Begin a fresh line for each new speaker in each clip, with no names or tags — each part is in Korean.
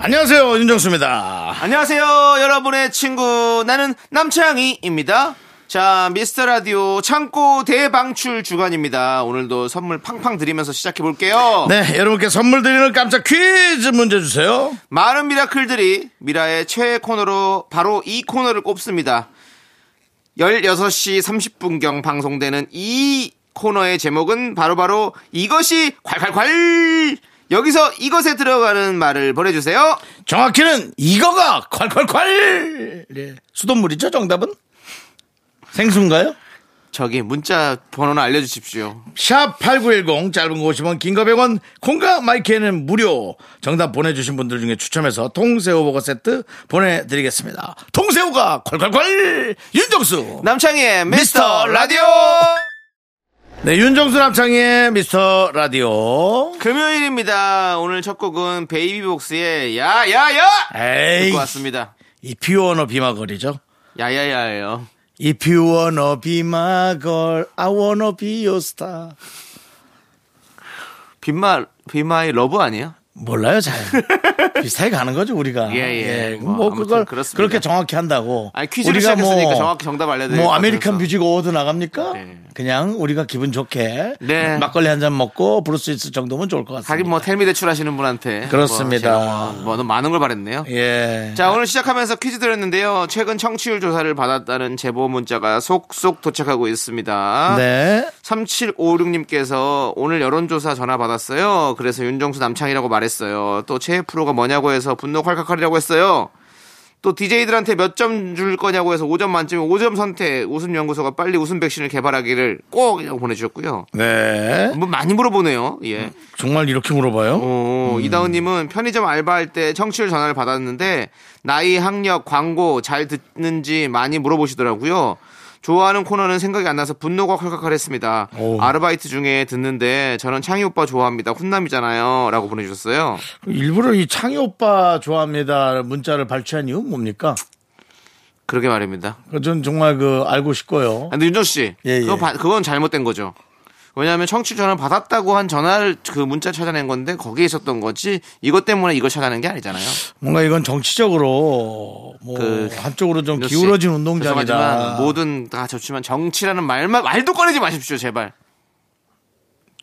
안녕하세요 윤정수입니다.
안녕하세요, 여러분의 친구. 나는 남창희입니다. 자, 미스터 라디오 창고 대방출 주간입니다. 오늘도 선물 팡팡 드리면서 시작해 볼게요.
네 여러분께 선물 드리는 깜짝 퀴즈 문제 주세요.
많은 미라클들이 미라의 최애 코너로 바로 이 코너를 꼽습니다. 16시 30분경 방송되는 이 코너의 제목은 바로바로 이것이 콸콸콸! 여기서 이것에 들어가는 말을 보내주세요.
정확히는 이거가 콸콸콸 예. 수돗물이죠 정답은 생수인가요?
저기 문자 번호는 알려주십시오.
샵8910 짧은 거 50원 긴 거 100원 콩과 마이크에는 무료 정답 보내주신 분들 중에 추첨해서 통새우 버거 세트 보내드리겠습니다 통새우가 콸콸콸 윤정수
남창희의 미스터
미스터
라디오!
네 윤정수 남창희의 미스터 라디오
금요일입니다. 오늘 첫 곡은 베이비복스의 야야야!
에이
듣고 왔습니다.
If you wanna be my girl이죠
야야야예요.
If you wanna be my girl I wanna be your star
빈마, 빈마의 러브 아니에요?
몰라요 잘 비슷하게 가는 거죠 우리가
예, 예.
뭐,
뭐, 아무튼
그걸
그렇습니다.
그렇게 정확히 한다고
아니, 퀴즈를 시작했으니까 정확히 정답 알려드릴
뭐
것
아메리칸
같아서.
뮤직 어워드 나갑니까
네.
그냥 우리가 기분 좋게
네.
막걸리 한 잔 먹고 부를 수 있을 정도면 좋을 것 같습니다
하긴 뭐 텔미 대출 하시는 분한테. 뭐
그렇습니다.
제가 뭐, 뭐 너무 많은 걸 바랬네요.
예.
자, 오늘 시작하면서 퀴즈 드렸는데요. 최근 청취율 조사를 받았다는 제보 문자가 속속 도착하고 있습니다.
네.
3756님께서 오늘 여론조사 전화 받았어요. 그래서 윤정수 남창이라고 말했어요. 또 최애 프로가 뭐냐고 해서 분노 칼칼칼이라고 했어요. 또 DJ들한테 몇 점 줄 거냐고 해서 5점 만점에 5점 선택. 웃음연구소가 빨리 웃음 백신을 개발하기를 꼭! 이라고 보내주셨고요.
네.
뭐 많이 물어보네요. 예.
정말 이렇게 물어봐요?
어, 이다은님은 편의점 알바할 때 청취율 전화를 받았는데 나이, 학력, 광고 잘 듣는지 많이 물어보시더라고요. 좋아하는 코너는 생각이 안 나서 분노가 컬컬컬했습니다.
오.
아르바이트 중에 듣는데 저는 창희 오빠 좋아합니다. 훈남이잖아요.라고 보내주셨어요.
일부러 이 창희 오빠 좋아합니다 문자를 발췌한 이유는 뭡니까?
그러게 말입니다.
전 정말 그 알고 싶고요.
아, 근데 윤정 씨,
예,
그거
예.
바- 그건 잘못된 거죠. 왜냐하면 청취 율 전화 를 받았다고 한 전화를 그 문자 찾아낸 건데 거기에 있었던 거지 이것 때문에 이걸 찾아낸 게 아니잖아요.
뭔가 이건 정치적으로 뭐
그
한쪽으로 좀
윤정 씨,
기울어진 운동장이다.
죄송하지만 모든 다 좋지만 정치라는 말만 말도 꺼내지 마십시오 제발.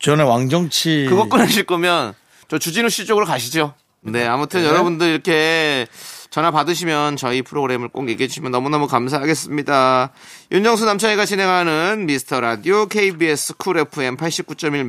전에 왕정치
그거 꺼내실 거면 저 주진우 씨 쪽으로 가시죠. 네, 아무튼 여러분들 이렇게 전화 받으시면 저희 프로그램을 꼭 얘기해 주시면 너무너무 감사하겠습니다. 윤정수 남창희가 진행하는 미스터 라디오 KBS 쿨 FM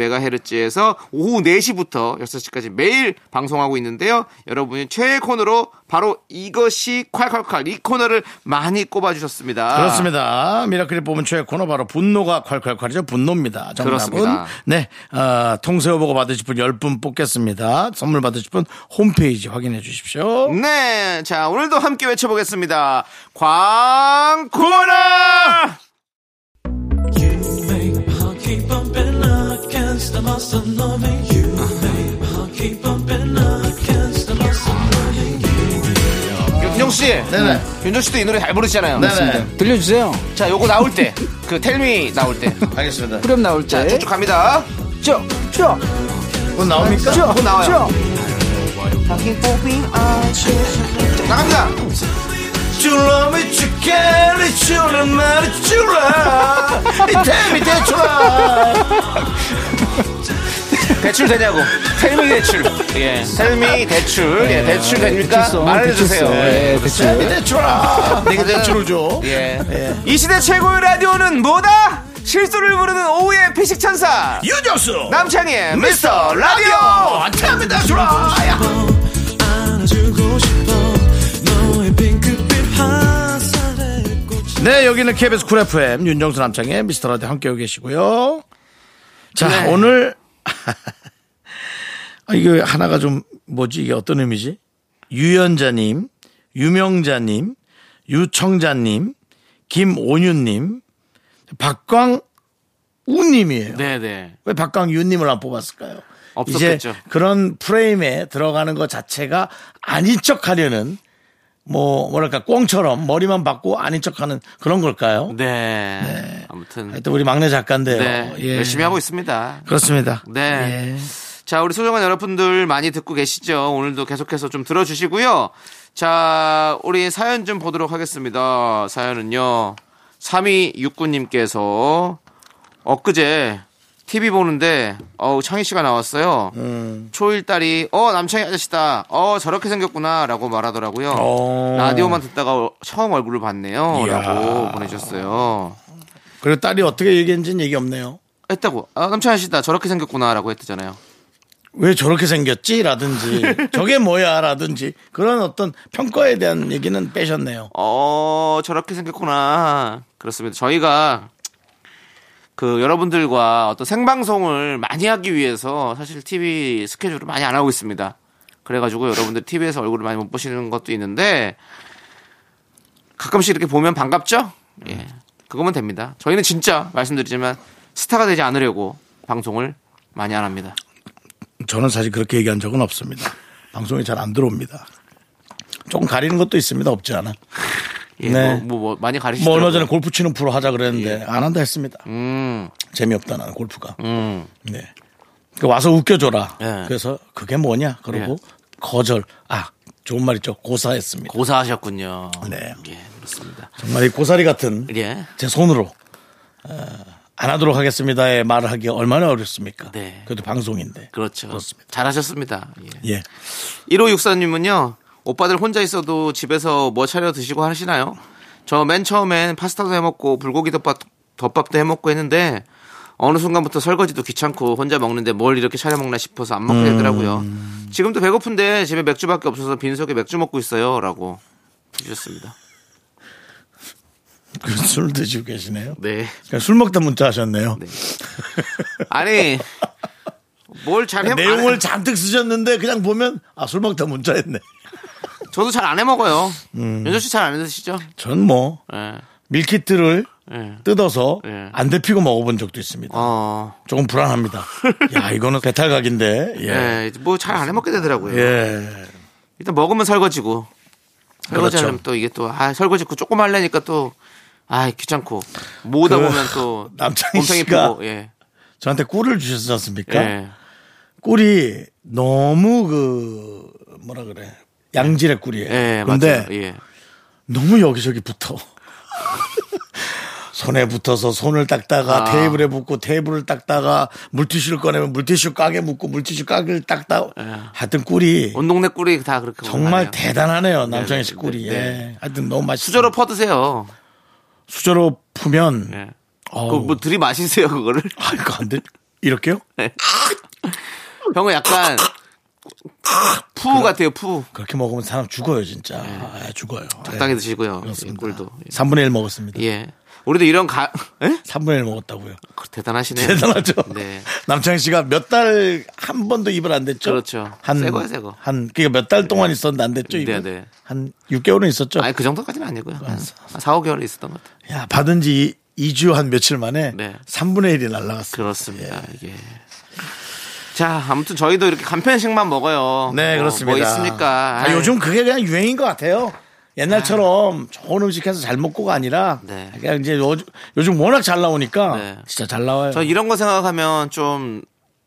89.1MHz에서 오후 4시부터 6시까지 매일 방송하고 있는데요. 여러분이 최애 코너로 바로 이것이 콸콸콸 이 코너를 많이 꼽아 주셨습니다.
그렇습니다. 미라클이 뽑은 최애 코너 바로 분노가 콸콸콸이죠. 분노입니다. 정답은
그렇습니다.
네 어, 통새우 보고 받으실 분 10분 뽑겠습니다. 선물 받으실 분 홈페이지 확인해 주십시오.
네, 자 오늘도 함께 외쳐보겠습니다. 광고라! 윤정 씨,
네네.
윤정 씨도 이 노래 잘 부르시잖아요.
네네.
들려주세요.
자, 요거 나올 때, 그 텔미 나올 때,
알겠습니다.
그럼 나올
자,
때.
쭉쭉 갑니다.
쭉, 쭉,
곧 나옵니까?
쭉,
뭐 나와요?
쭉.
나갑니다.
줄라미 주캐리 줄라 마리 줄라 이태미 대출라
대출 되냐고? 텔미 대출. 예, 텔미 대출. 예, 대출 됩니까?
아, 대출성,
말해주세요.
대출성.
예.
예, 대출.
이태미 대출라 내게 대출을 줘.
네, 예. 이 시대 최고의 라디오는 뭐다? 실수를 부르는 오후의 피식 천사
유정수
남창희의 미스터 라디오.
이태미 대출라 네, 여기는 KBS 쿨 FM 윤정수 남창의 미스터라디오 함께하고 계시고요. 자,
네.
오늘 아, 이거 하나가 좀 뭐지? 이게 어떤 의미지? 유연자님, 유명자님, 유청자님, 김온유님, 박광우님이에요.
네네.
왜 박광유님을 안 뽑았을까요?
없었겠죠.
이제 그런 프레임에 들어가는 것 자체가 아닌 척 하려는 뭐 뭐랄까 꽁처럼 머리만 박고 아닌 척하는 그런 걸까요?
네. 아무튼.
하여튼 우리 막내 작가인데요.
네.
예.
열심히 하고 있습니다.
그렇습니다.
네.
예.
자, 우리 소중한 여러분들 많이 듣고 계시죠? 오늘도 계속해서 좀 들어주시고요. 자, 우리 사연 좀 보도록 하겠습니다. 사연은요. 3269님께서 엊그제 TV 보는데, 어우, 창희 씨가 나왔어요.
음.
초일 딸이, 어, 남창희 아저씨다. 어, 저렇게 생겼구나. 라고 말하더라고요.
어.
라디오만 듣다가 처음 얼굴을 봤네요.
이야.
라고 보내주셨어요.
그리고 딸이 어떻게 얘기했는지는 얘기 없네요.
했다고. 아, 남창희 아저씨다. 저렇게 생겼구나. 라고 했잖아요.
왜 저렇게 생겼지? 라든지 저게 뭐야? 라든지 그런 어떤 평가에 대한 얘기는 빼셨네요.
어, 저렇게 생겼구나. 그렇습니다. 저희가 그 여러분들과 어떤 생방송을 많이 하기 위해서 사실 TV 스케줄을 많이 안 하고 있습니다. 그래가지고 여러분들 TV에서 얼굴을 많이 못 보시는 것도 있는데 가끔씩 이렇게 보면 반갑죠? 예. 그거면 됩니다. 저희는 진짜 말씀드리지만 스타가 되지 않으려고 방송을 많이 안 합니다.
저는 사실 그렇게 얘기한 적은 없습니다. 방송에 잘 안 들어옵니다. 조금 가리는 것도 있습니다. 없지 않아.
예,
네.
뭐, 뭐, 뭐 많이 가리시죠?
뭐 얼마 전에 골프 치는 프로 하자 그랬는데 예. 안 한다 했습니다.
음,
재미없다 나는 골프가.
음.
네. 그 와서 웃겨줘라.
네.
그래서 그게 뭐냐? 그러고 거절. 아 좋은 말 있죠. 예. 고사했습니다.
고사하셨군요.
네.
예, 그렇습니다.
정말 이 고사리 같은
예.
제 손으로 어, 안 하도록 하겠습니다의 말을 하기 얼마나 어렵습니까?
네.
그래도 방송인데.
그렇죠.
그렇습니다.
잘하셨습니다. 예.
예.
1564님은요, 오빠들 혼자 있어도 집에서 뭐 차려 드시고 하시나요? 저 맨 처음엔 파스타도 해 먹고 불고기 덮밥, 덮밥도 해 먹고 했는데, 어느 순간부터 설거지도 귀찮고 혼자 먹는데 뭘 이렇게 차려 먹나 싶어서 안 먹게 되더라고요.
음.
지금도 배고픈데 집에 맥주밖에 없어서 빈속에 맥주 먹고 있어요. 라고 해주셨습니다.
그술 드시고 계시네요.
네.
그냥 술 먹다 문자 하셨네요.
아니, 뭘 잘 해 아,
내용을
먹
잔뜩 쓰셨는데 그냥 보면 아 술 먹다 문자했네.
저도 잘 안 해 먹어요.
음.
연주 씨 잘 안 드시죠?
전 뭐
예.
밀키트를
예.
뜯어서
예.
안 데피고 먹어본 적도 있습니다.
어.
조금 불안합니다. 야 이거는 배탈각인데. 예.
예, 뭐 잘 안 해먹게 되더라고요.
예.
일단 먹으면 설거지고.
그렇죠.
설거지 하려면 또 이게 또, 아, 설거지 그 조금 하려니까 또, 아, 귀찮고. 모으다
그
보면 또,
남창희
몸통이
씨가
고 예.
저한테 꿀을 주셨지 않습니까?
예.
꿀이 너무 그 뭐라 그래 양질의 꿀이에요.
예,
근데
맞아요. 예.
너무 여기저기 붙어. 손에 붙어서 손을 닦다가
아.
테이블에 붙고 테이블을 닦다가 물티슈를 꺼내면 물티슈 가게 묻고 물티슈 가게를 닦다
예.
하여튼 꿀이
온 동네 꿀이 다 그렇게.
정말
올라가네요.
대단하네요 남창희 씨
어, 네,
꿀이
네,
예.
네.
하여튼 너무 맛있어
수저로 퍼드세요.
수저로 푸면
예.
어우.
그뭐 들이마시세요, 그거를.
아 이거 안돼 이렇게요
형은 약간, 푸 같아요, 푸.
그렇게 먹으면 사람 죽어요 진짜 아, 죽어요
네. 적당히 드시고요. 이
그렇습니다.
꿀도.
3분의 1 먹었습니다
예. 우리도 이런 가, 예?
3분의 1 먹었다고요
대단하시네요.
대단하죠
네.
남창희 씨가 몇 달 한 번도 입을 안 댔죠
그렇죠.
한,
새 거예요, 새 거.
한 그러니까 몇 달 동안 있었는데 안 됐죠 입을?
네, 네.
한 6개월은 있었죠
아니 그 정도까지는 아니고요. 한 4, 5개월 있었던 것 같아요.
야 받은 지 2주 한 며칠 만에
네.
3분의 1이 날라갔어요
그렇습니다. 이게. 자, 아무튼 저희도 이렇게 간편식만 먹어요.
네,
뭐,
그렇습니다.
뭐 있습니까?
아,
아이,
요즘 그게 그냥 유행인 것 같아요. 옛날처럼 좋은 음식해서 잘 먹고가 아니라
아. 네.
그냥 이제 요, 요즘 워낙 잘 나오니까
네.
진짜 잘 나와요.
저 이런 거 생각하면 좀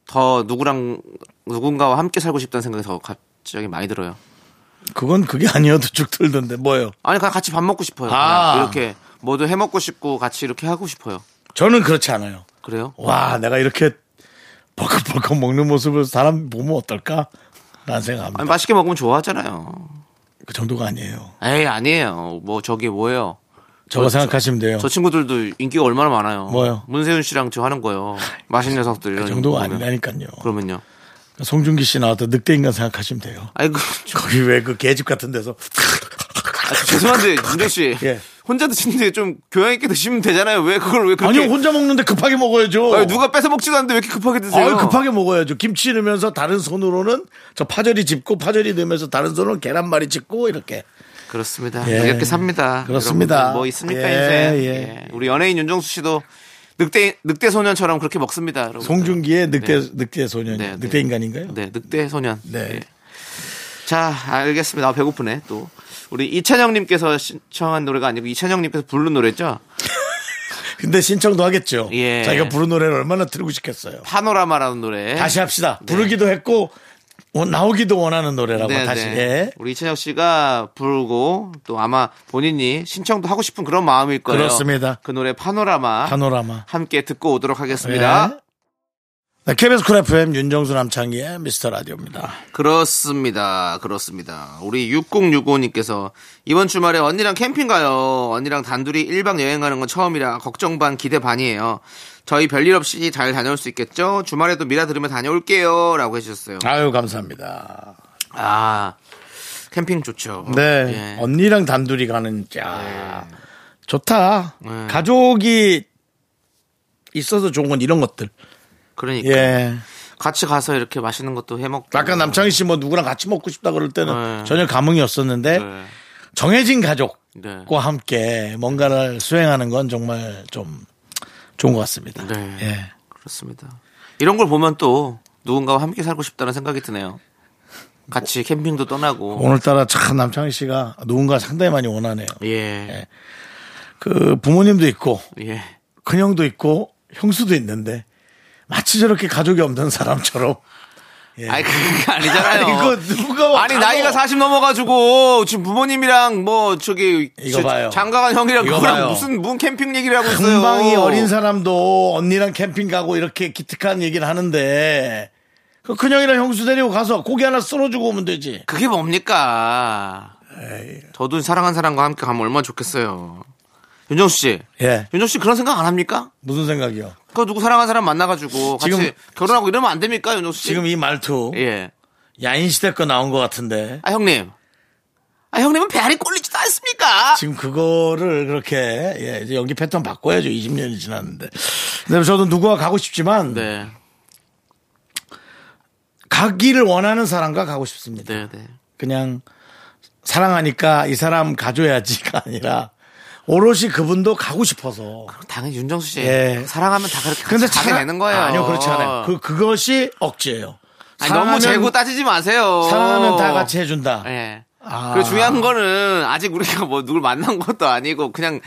더 누구랑 누군가와 함께 살고 싶다는 생각이 더 갑자기 많이 들어요.
그건 그게 아니어도 쭉 들던데 뭐예요?
아니 그냥 같이 밥 먹고 싶어요. 그냥
아.
이렇게 뭐도 해 먹고 싶고 같이 이렇게 하고 싶어요.
저는 그렇지 않아요.
그래요?
와 내가 이렇게 벌컥벌컥 먹는 모습을 사람 보면 어떨까? 라는 생각합니다.
아니 맛있게 먹으면 좋아하잖아요.
그 정도가 아니에요.
에이 아니에요. 뭐 저게 뭐예요?
저거 생각하시면 돼요.
저 친구들도 인기가 얼마나 많아요.
뭐요?
문세윤 씨랑 저 하는 거요. 맛있는 녀석들.
그 정도가 아니라니까요.
그러면요.
송중기 씨 나왔다 늑대 인간 생각하시면 돼요.
아이고
거기 왜 그 개집 같은 데서
죄송한데 윤정 씨
예.
혼자 드시는데 좀 교양 있게 드시면 되잖아요. 왜 그걸 왜 그렇게?
아니요 혼자 먹는데 급하게 먹어야죠.
아니, 누가 뺏어 먹지도 않는데 왜 이렇게 급하게 드세요?
아유, 급하게 먹어야죠. 김치 넣으면서 다른 손으로는 저 파절이 집고 파절이 넣으면서 다른 손으로는 계란말이 집고 이렇게.
그렇습니다.
예.
이렇게 삽니다.
그렇습니다.
여러분들 뭐 있습니까
예,
인생?
예.
예. 우리 연예인 윤정수 씨도 늑대 늑대 소년처럼 그렇게 먹습니다. 여러분.
송중기의 늑대 늑대 소년
네, 네.
늑대 인간인가요?
네, 늑대 소년.
네.
예. 자, 알겠습니다. 아, 배고프네. 또 우리 이찬영님께서 신청한 노래가 아니고 이찬영님께서 부른 노래죠.
근데 신청도 하겠죠.
예. 네.
자기가 부른 노래를 얼마나 틀고 싶겠어요.
파노라마라는 노래.
다시 합시다. 부르기도 했고 원- 나오기도 원하는 노래라고
네,
다시.
네.
예.
우리 이찬혁 씨가 부르고 또 아마 본인이 신청도 하고 싶은 그런 마음일 거예요.
그렇습니다.
그 노래 파노라마
파노라마. 예.
함께 듣고 오도록 하겠습니다.
네, KBS 쿨 FM 윤정수 남창희의 미스터 라디오입니다.
그렇습니다. 그렇습니다. 우리 6065님께서 이번 주말에 언니랑 캠핑 가요. 언니랑 단둘이 1박 여행 가는 건 처음이라 걱정 반 기대 반이에요. 저희 별일 없이 잘 다녀올 수 있겠죠? 주말에도 미라 들으며 다녀올게요. 라고 해주셨어요.
아유 감사합니다.
아, 캠핑 좋죠.
네.
예.
언니랑 단둘이 가는 야 좋다.
네.
가족이 있어서 좋은 건 이런 것들.
그러니까.
예.
같이 가서 이렇게 맛있는 것도 해먹고.
아까 남창희 씨 뭐 누구랑 같이 먹고 싶다 그럴 때는
네.
전혀 감흥이 없었는데
네.
정해진 가족과
네.
함께 뭔가를 수행하는 건 정말 좀 좋은 것 같습니다.
네.
예.
그렇습니다. 이런 걸 보면 또 누군가와 함께 살고 싶다는 생각이 드네요. 같이 캠핑도 떠나고.
오늘따라 참 남창희 씨가 누군가 상당히 많이 원하네요.
예.
그 부모님도 있고
예.
큰형도 있고 형수도 있는데 마치 저렇게 가족이 없는 사람처럼
아니 그게 아니잖아요.
예. 아니, 이거 누가 뭐
아니,
가서-
나이가 40 넘어가지고 지금 부모님이랑 뭐 저기
이거
저-
봐요.
장가간 형이랑
이거
그거랑
봐요.
무슨 무슨 캠핑 얘기를 하고 있어요.
금방이 어린 사람도 언니랑 캠핑 가고 이렇게 기특한 얘기를 하는데 그 큰형이랑 형수 데리고 가서 고기 하나 썰어주고 오면 되지.
그게 뭡니까? 저도 사랑한 사람과 함께 가면 얼마나 좋겠어요. 윤정수 씨.
예.
윤정수 씨 그런 생각 안 합니까?
무슨 생각이요?
그 누구 사랑한 사람 만나가지고 같이
지금-
결혼하고 이러면 안 됩니까, 윤정수 씨?
지금 이 말투
예.
야인시대 거 나온 것 같은데
아 형님. 아 형님은 배알이 꼴리지도 않습니까?
지금 그거를 그렇게 예, 이제 연기 패턴 바꿔야죠. 20년이 지났는데. 근데 저도 누구와 가고 싶지만
네,
가기를 원하는 사람과 가고 싶습니다.
네, 네.
그냥 사랑하니까 이 사람 가줘야지가 아니라 오롯이 그분도 가고 싶어서.
당연히 윤정수 씨
예.
사랑하면 다 그렇게
근데
가게
차라-
되는 거예요.
아니요, 그렇지 않아요. 그 그것이 억지예요.
아니, 너무 재고 따지지 마세요.
사랑하면 다 같이 해준다.
예.
아.
그리고 중요한 거는 아직 우리가 뭐 누굴 만난 것도 아니고 그냥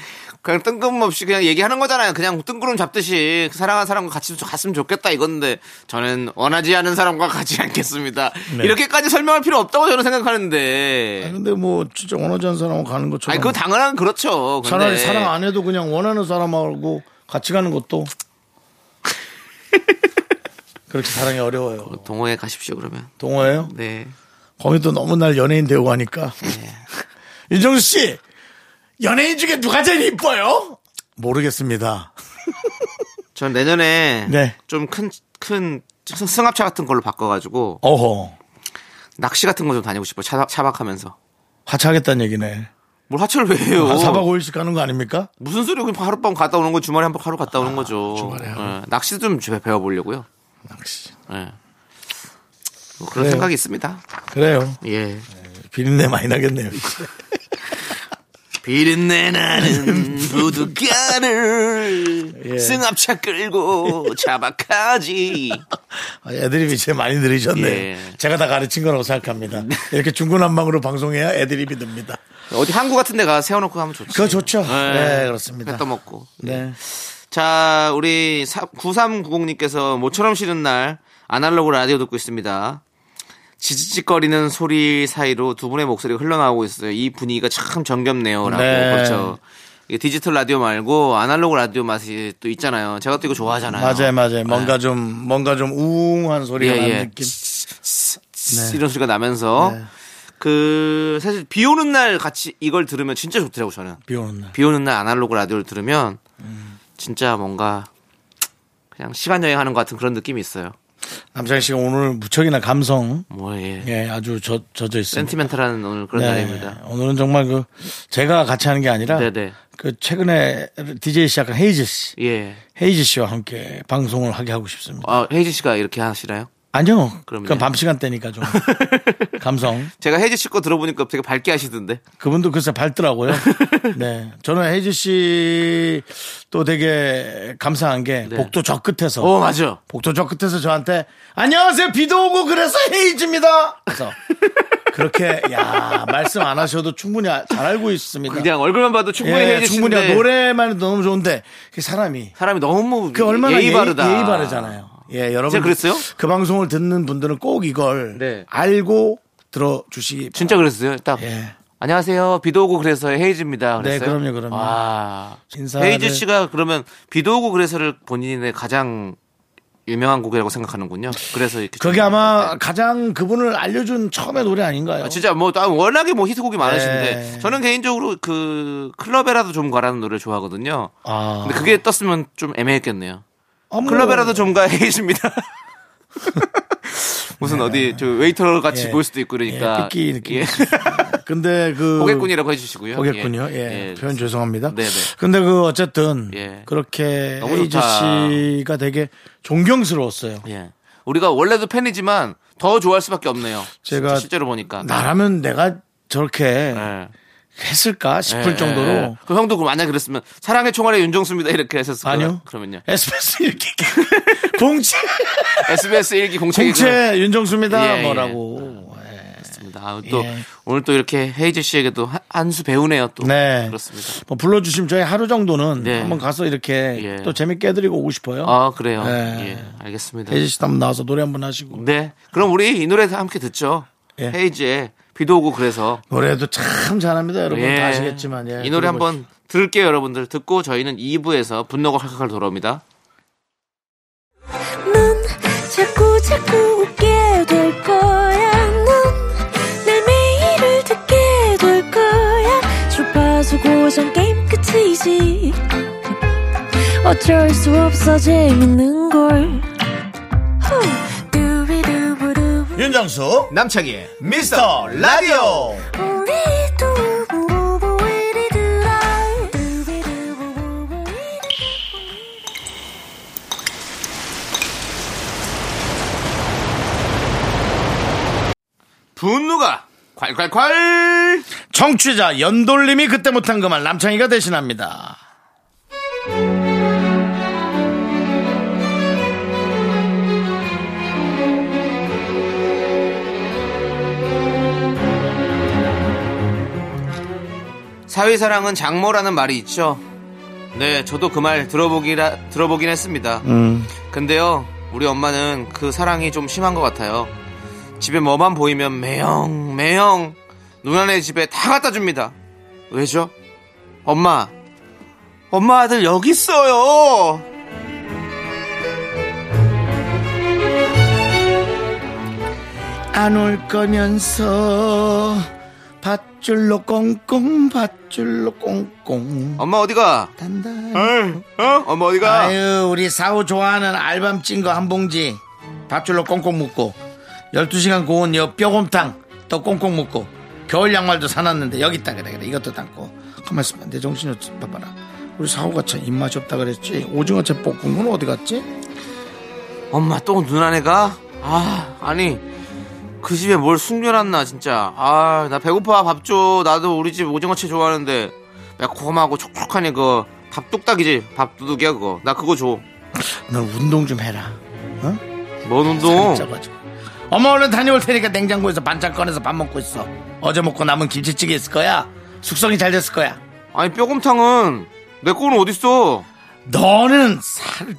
그냥 뜬금없이 그냥 얘기하는 거잖아요. 그냥 뜬구름 잡듯이 사랑하는 사람과 같이 좀 갔으면 좋겠다 이건데 저는 원하지 않은 사람과 가지 않겠습니다.
네.
이렇게까지 설명할 필요 없다고 저는 생각하는데.
근데 뭐 진짜 원하지 않는 사람하고 가는 것처럼
아니 그건 당연한 그렇죠. 근데
차라리 사랑 안 해도 그냥 원하는 사람하고 같이 가는 것도 그렇게 사랑이 어려워요.
동호회 가십시오 그러면.
동호예요?
네.
거기도 너무 날 연예인 되고 하니까. 윤정수 씨, 연예인 중에 누가 제일 이뻐요? 모르겠습니다.
전 내년에
네.
좀 큰 큰 승합차 같은 걸로 바꿔가지고
어허,
낚시 같은 거 좀 다니고 싶어요. 차박, 차박하면서.
화차하겠다는 얘기네.
뭘 하차를 왜 해요?
아, 4박 5일씩 가는 거 아닙니까?
무슨 소리고 그냥 하룻밤 갔다 오는 거 주말에 한 번 하루 갔다 오는 거죠.
아, 주말에 하루.
예, 낚시 좀 배- 배워보려고요.
낚시.
예. 뭐 그런
그래요.
생각이 있습니다.
그래요.
예.
비린내 많이 나겠네요.
비린내 나는 부두가를
예.
승합차 끌고 차박하지.
아, 애드립이 제 많이 느리셨네.
예. 네.
제가 다 가르친 거라고 생각합니다. 이렇게 중구난방으로 방송해야 애드립이 듭니다.
어디 항구 같은 데가 세워놓고 하면 좋지.
그거 좋죠.
예.
네, 그렇습니다.
회 떠먹고.
네.
자, 우리 9390님께서 모처럼 쉬는 날 아날로그 라디오 듣고 있습니다. 지지직거리는 소리 사이로 두 분의 목소리가 흘러나오고 있어요. 이 분위기가 참 정겹네요. 라고.
네.
그렇죠. 이게 디지털 라디오 말고 아날로그 라디오 맛이 또 있잖아요. 제가 또 이거 좋아하잖아요. 네.
맞아요, 맞아요. 뭔가 좀, 뭔가 좀 우웅한 소리가
예,
나는
예.
느낌.
네. 이런 소리가 나면서 그 사실 비 오는 날 같이 이걸 들으면 진짜 좋더라고 저는.
비 오는 날.
비 오는 날 아날로그 라디오를 들으면
음.
진짜 뭔가 그냥 시간 여행하는 것 같은 그런 느낌이 있어요.
남창희 씨가 오늘 무척이나 감성,
뭐 예.
예, 아주 젖, 젖어 있습니다. 네,
센티멘탈한 오늘 그런 날입니다.
오늘은 정말 그, 제가 같이 하는 게 아니라,
네네.
그, 최근에 DJ 시작한 헤이즈 씨,
예.
헤이즈 씨와 함께 방송을 하게 하고 싶습니다.
아, 혜진 씨가 이렇게 하시나요?
아니요.
그럼요.
그건 밤 시간대니까 좀. 감성.
제가 혜지 씨 거 들어보니까 되게 밝게 하시던데.
그분도 글쎄 밝더라고요. 네. 저는 혜지 씨도 되게 감사한 게
네.
복도 저 끝에서.
어, 맞아.
복도 저 끝에서 저한테 안녕하세요. 비도 오고 그래서 헤이즈입니다. 그래서 그렇게 야 말씀 안 하셔도 충분히 아- 잘 알고 있습니다.
그냥 얼굴만 봐도 충분히
예,
혜지
충분히
씨인데
노래만 해도 너무 좋은데 그 사람이
사람이 너무
그 얼마나 예의,
예의 바르다.
예의 바르잖아요. 예, 여러분
진짜 그랬어요?
그 방송을 듣는 분들은 꼭 이걸
네.
알고 들어주시기
진짜 그랬어요. 딱
예.
안녕하세요. 비도 오고 그래서 헤이즈입니다.
네,
그랬어요?
그럼요, 그럼요.
와.
인사를-
헤이즈 씨가 그러면 비도 오고 그래서를 본인의 가장 유명한 곡이라고 생각하는군요. 그래서 이렇게
그게
좀-
아마 가장 그분을 알려준 처음의 노래 아닌가요?
네. 아, 진짜 뭐 아, 워낙에 뭐 히트곡이 많으신데
그렇죠. 네.
저는 개인적으로 그 클럽에라도 좀 가라는 노래 를 좋아하거든요.
아.
근데 그게 떴으면 좀 애매했겠네요.
어머.
클럽에라도 좀 가 헤이즈입니다. 무슨 어디 저 웨이터 같이
네. 예.
보일 수도 있고
예,
그러니까
삐끼 느낌.
예.
근데 그
고객군이라고 해주시고요.
보겠군요. 예. 표현 죄송합니다.
네네.
근데 그 어쨌든
예.
그렇게
너무
헤이즈
좋다.
씨가 되게 존경스러웠어요.
예. 우리가 원래도 팬이지만 더 좋아할 수밖에 없네요.
제가
진짜 실제로 보니까.
나라면 내가 저렇게
예.
했을까 싶을
예,
정도로
예, 예. 그 형도 그 만약 그랬으면 사랑의 총알의 윤정수입니다 이렇게 하셨을 거예요.
아니요.
그러면요.
SBS 이렇게 봉채
SBS 일기 공채
봉채 윤정수입니다
예, 예.
뭐라고.
그렇습니다. 아, 또
예.
오늘 또 이렇게 헤이즈 씨에게도 한 수 배우네요. 또
네.
그렇습니다.
뭐 불러주시면 저희 하루 정도는
네.
한번 가서 이렇게
예.
또 재밌게 해드리고 오고 싶어요.
아 그래요.
예.
예, 알겠습니다.
혜지 씨도 한번 나와서 노래 한번 하시고.
네, 그럼 우리 이 노래 함께 듣죠.
예.
헤이즈의 비도 오고 그래서
노래도 참 잘합니다, 여러분.
예.
다 아시겠지만. 예.
이
들어보시죠.
노래 한번 들을게요, 여러분들. 듣고 저희는 2부에서 분노가 칼칼 돌아옵니다.
넌 자꾸 자꾸 웃게 될 거야. 넌내 매일을 듣게 될 거야. 주파수 고정 게임 끝이지. 어쩔 수 없어 재밌는 걸. 후. 두비두부두.
윤정수 남창희의 미스터 라디오
우리 두부부부 우리 두라. 두비두부부부 우리 두부부.
분노가 콸콸콸!
청취자 연돌님이 그때 못한 그 말 남창희가 대신합니다
사회사랑은 장모라는 말이 있죠. 네, 저도 그 말 들어보기라, 들어보긴 했습니다. 근데요, 우리 엄마는 그 사랑이 좀 심한 것 같아요. 집에 뭐만 보이면 매영, 매영, 누나네 집에 다 갖다 줍니다. 왜죠? 엄마, 엄마 아들 여기 있어요!
안 올 거면서 밧줄로 꽁꽁 밧줄로 꽁꽁
엄마 어디가?
단다
어? 엄마 어디가?
아유 우리 사우 좋아하는 알밤 찐 거 한 봉지 밧줄로 꽁꽁 묶고 12시간 고온 여 뼈곰탕 또 꽁꽁 묶고 겨울 양말도 사놨는데 여기 있다 그래 그래 이것도 담고 가만 있으면 내 정신 없지 봐봐라 우리 사우가 참 입맛이 없다 그랬지 오징어채 볶은 건 어디 갔지?
엄마 또 누나네가? 아 아니 그 집에 뭘 숨겨놨나 진짜 아 나 배고파 밥 줘 나도 우리 집 오징어채 좋아하는데 매콤하고 촉촉하니 그 밥뚝딱이지 밥두둑이야 그거 나 그거 줘뭔
넌 운동 좀 해라 어?
운동
짜가지고. 엄마 얼른 다녀올 테니까 냉장고에서 반찬 꺼내서 밥 먹고 있어. 어제 먹고 남은 김치찌개 있을 거야. 숙성이 잘 됐을 거야.
아니 뼈곰탕은 내 거는 어딨어
너는 살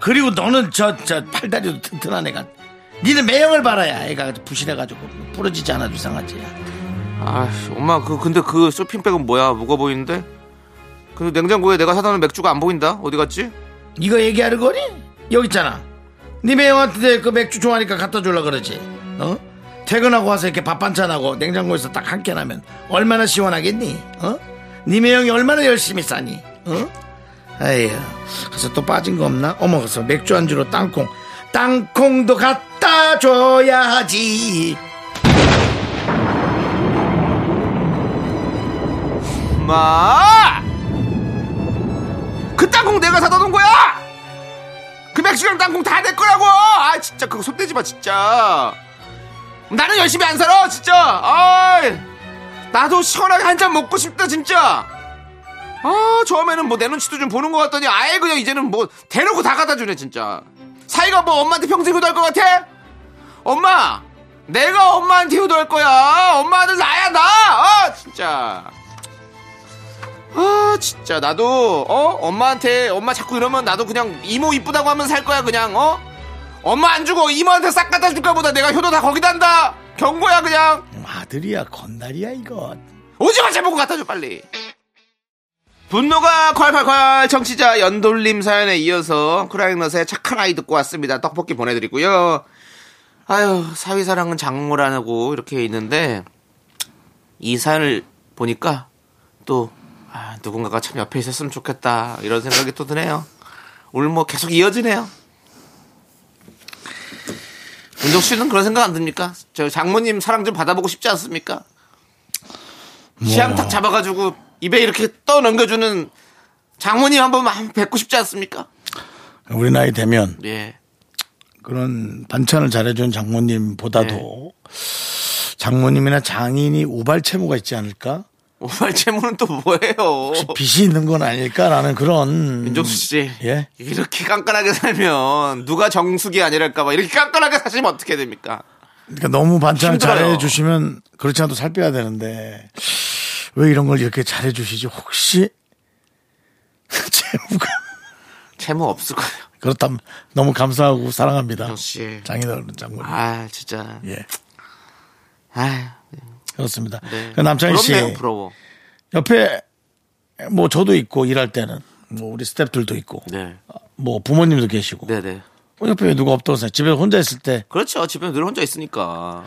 그리고 너는 저 저 팔다리도 튼튼한 애가. 니는 매형을 바라야. 애가 부실해가지고 부러지지 않아도 이상하지.
아 엄마 그 근데 그 쇼핑백은 뭐야 무거워 보이는데 근데 냉장고에 내가 사다 놓은 맥주가 안 보인다 어디 갔지
이거 얘기하는 거니? 여기 있잖아. 니 매형한테 그 맥주 좋아하니까 갖다 줄라 그러지. 어? 퇴근하고 와서 이렇게 밥 반찬하고 냉장고에서 딱 한 캔 하면 얼마나 시원하겠니? 어? 니 매형이 얼마나 열심히 싸니? 어? 아휴, 그래서 또 빠진 거 없나? 어머, 그래서 맥주 안주로 땅콩. 땅콩도 갖다 줘야지.
엄마 그 땅콩 내가 사다 놓은 거야 그 닭시랑 땅콩 다 내 거라고 아 진짜 그거 손대지 마 진짜 나는 열심히 안 살아 진짜 아이 나도 시원하게 한 잔 먹고 싶다 진짜 아 처음에는 뭐 내 눈치도 좀 보는 것 같더니 아예 그냥 이제는 뭐 대놓고 다 갖다 주네 진짜 사이가 뭐 엄마한테 평생 효도할 것 같아? 엄마 내가 엄마한테 효도할 거야 엄마 아들 나야 나아 진짜 아 진짜 나도 어 엄마한테 엄마 자꾸 이러면 나도 그냥 이모 이쁘다고 하면 살 거야 그냥 어 엄마 안 주고 이모한테 싹 갖다 줄까 보다 내가 효도 다 거기다 한다 경고야 그냥
아들이야 건달이야 이거
오지마 제보고 갖다 줘 빨리 분노가 콸콸콸 청취자 연돌림 사연에 이어서 크라잉넛의 착한 아이 듣고 왔습니다 떡볶이 보내드리고요 아유 사위사랑은 장모라고 이렇게 있는데 이 사연을 보니까 또 아, 누군가가 참 옆에 있었으면 좋겠다 이런 생각이 또 드네요 오늘 뭐 계속 이어지네요 윤정 씨는 그런 생각 안 듭니까? 저 장모님 사랑 좀 받아보고 싶지 않습니까?
뭐.
시향 탁 잡아가지고 입에 이렇게 떠 넘겨주는 장모님 한 번만 뵙고 싶지 않습니까?
우리 나이 되면
예.
그런 반찬을 잘해준 장모님보다도
네.
장모님이나 장인이 우발채무가 있지 않을까?
오발 채무는 또 뭐예요?
혹시 빚이 있는 건 아닐까라는 그런
어. 윤정수 음. 씨.
예?
이렇게 깐깐하게 살면 누가 정숙이 아니랄까봐 이렇게 깐깐하게 사시면 어떻게 됩니까?
그러니까 너무 반찬을
힘들어요.
잘해 주시면 그렇지 않아도 살 빼야 되는데 왜 이런 걸 이렇게 잘해 주시지 혹시 채무가
채무 없을 거예요.
그렇다면 너무 감사하고 사랑합니다
윤정수 씨.
장인어른 장모님
아, 진짜.
예
아
그렇습니다
네.
그 남창희 씨
부럽네요, 부러워.
옆에 뭐 저도 있고 일할 때는 뭐 우리 스탭들도 있고
네.
뭐 부모님도 계시고
네네.
뭐 옆에 왜 누가 없다고 생각 집에 혼자 있을 때
그렇죠. 집에 늘 혼자 있으니까.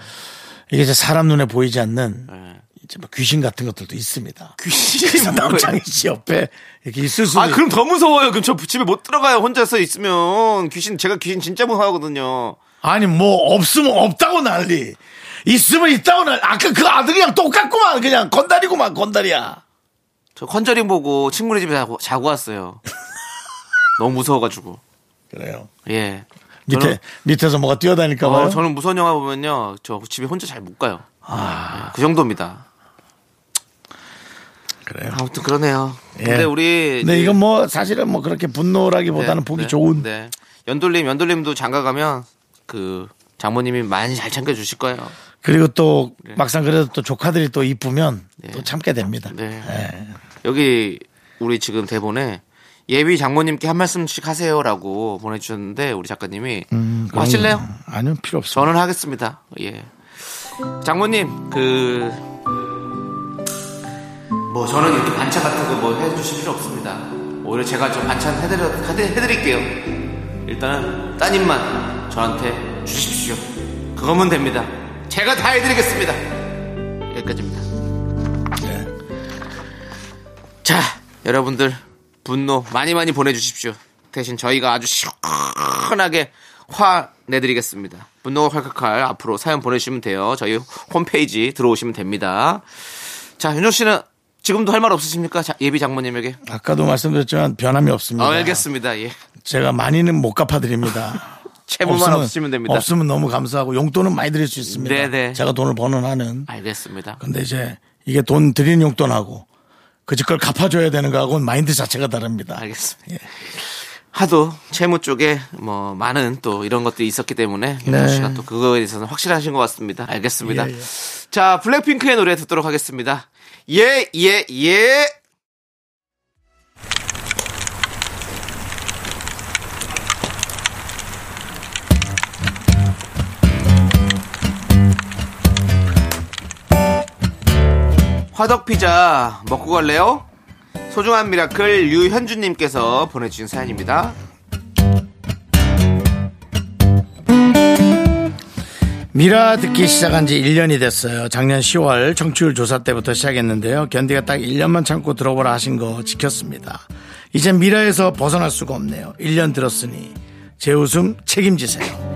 이게 이제 사람 눈에 보이지 않는
네. 그
이제 뭐 귀신 같은 것들도 있습니다
귀신이
남창희 씨 옆에 이렇게 있을 수도
아, 그럼 더 무서워요. 그럼 저 집에 못 들어가요. 혼자서 있으면. 귀신, 제가 귀신 진짜 무서워하거든요.
아니 뭐 없으면 없다고 난리 있으면 있다고 난리 아까 그 아들이랑 똑같구만 그냥 건달이구만 건달이야
저 컨저링 보고 친구네 집에 자고, 자고 왔어요. 너무 무서워가지고.
그래요
예.
밑에
저는-
밑에서 뭐가 뛰어다닐까 봐요
어, 저는 무서운 영화 보면요. 저 집에 혼자 잘 못 가요.
아.
예, 그 정도입니다.
그래요
아무튼 그러네요.
예.
근데 우리.
근데 이건 뭐 사실은 뭐 그렇게 분노라기보다는
네,
보기
네,
좋은
네. 연돌림, 연돌림도 장가 가면 그 장모님이 많이 잘 챙겨주실 거예요.
그리고 또 막상 그래도 또 조카들이 또 이쁘면 또 참게 됩니다.
네.
예.
여기 우리 지금 대본에 예비 장모님께 한 말씀씩 하세요라고 보내주셨는데 우리 작가님이
음,
뭐 하실래요?
아니요 필요 없어.
저는 하겠습니다. 예. 장모님 그. 뭐 저는 이렇게 반찬 같은 거 뭐 해주실 필요 없습니다. 오히려 제가 좀 반찬 해드려 해드- 해드릴게요. 일단은 따님만 저한테 주십시오. 그거면 됩니다. 제가 다 해드리겠습니다. 여기까지입니다. 자, 여러분들 분노 많이 많이 보내주십시오. 대신 저희가 아주 시원하게 화 내드리겠습니다. 분노가 칼칼칼 앞으로 사연 보내주시면 돼요. 저희 홈페이지 들어오시면 됩니다. 자, 윤정 씨는 지금도 할 말 없으십니까? 자, 예비 장모님에게.
아까도 말씀드렸지만 변함이 없습니다.
어, 알겠습니다. 예.
제가 많이는 못 갚아드립니다.
채무만 없으시면 됩니다.
없으면 너무 감사하고 용돈은 많이 드릴 수 있습니다.
네네.
제가 돈을 버는 한은.
알겠습니다.
근데 이제 이게 돈 드리는 용돈하고 그집걸 갚아줘야 되는 거하고는 마인드 자체가 다릅니다.
네, 알겠습니다. 하도 채무 쪽에 뭐 많은 또 이런 것들이 있었기 때문에 윤정 씨가 또 그거에 대해서는 확실하신 것 같습니다. 알겠습니다. 자, 블랙핑크의 노래 듣도록 하겠습니다. 예, 예, 예. 화덕피자 먹고 갈래요? 소중한 미라클 유현주님께서 보내주신 사연입니다.
미라 듣기 시작한 지 1년이 됐어요. 작년 10월 청취율 조사 때부터 시작했는데요. 견디가 딱 1년만 참고 들어보라 하신 거 지켰습니다. 이제 미라에서 벗어날 수가 없네요. 1년 들었으니 제 웃음 책임지세요.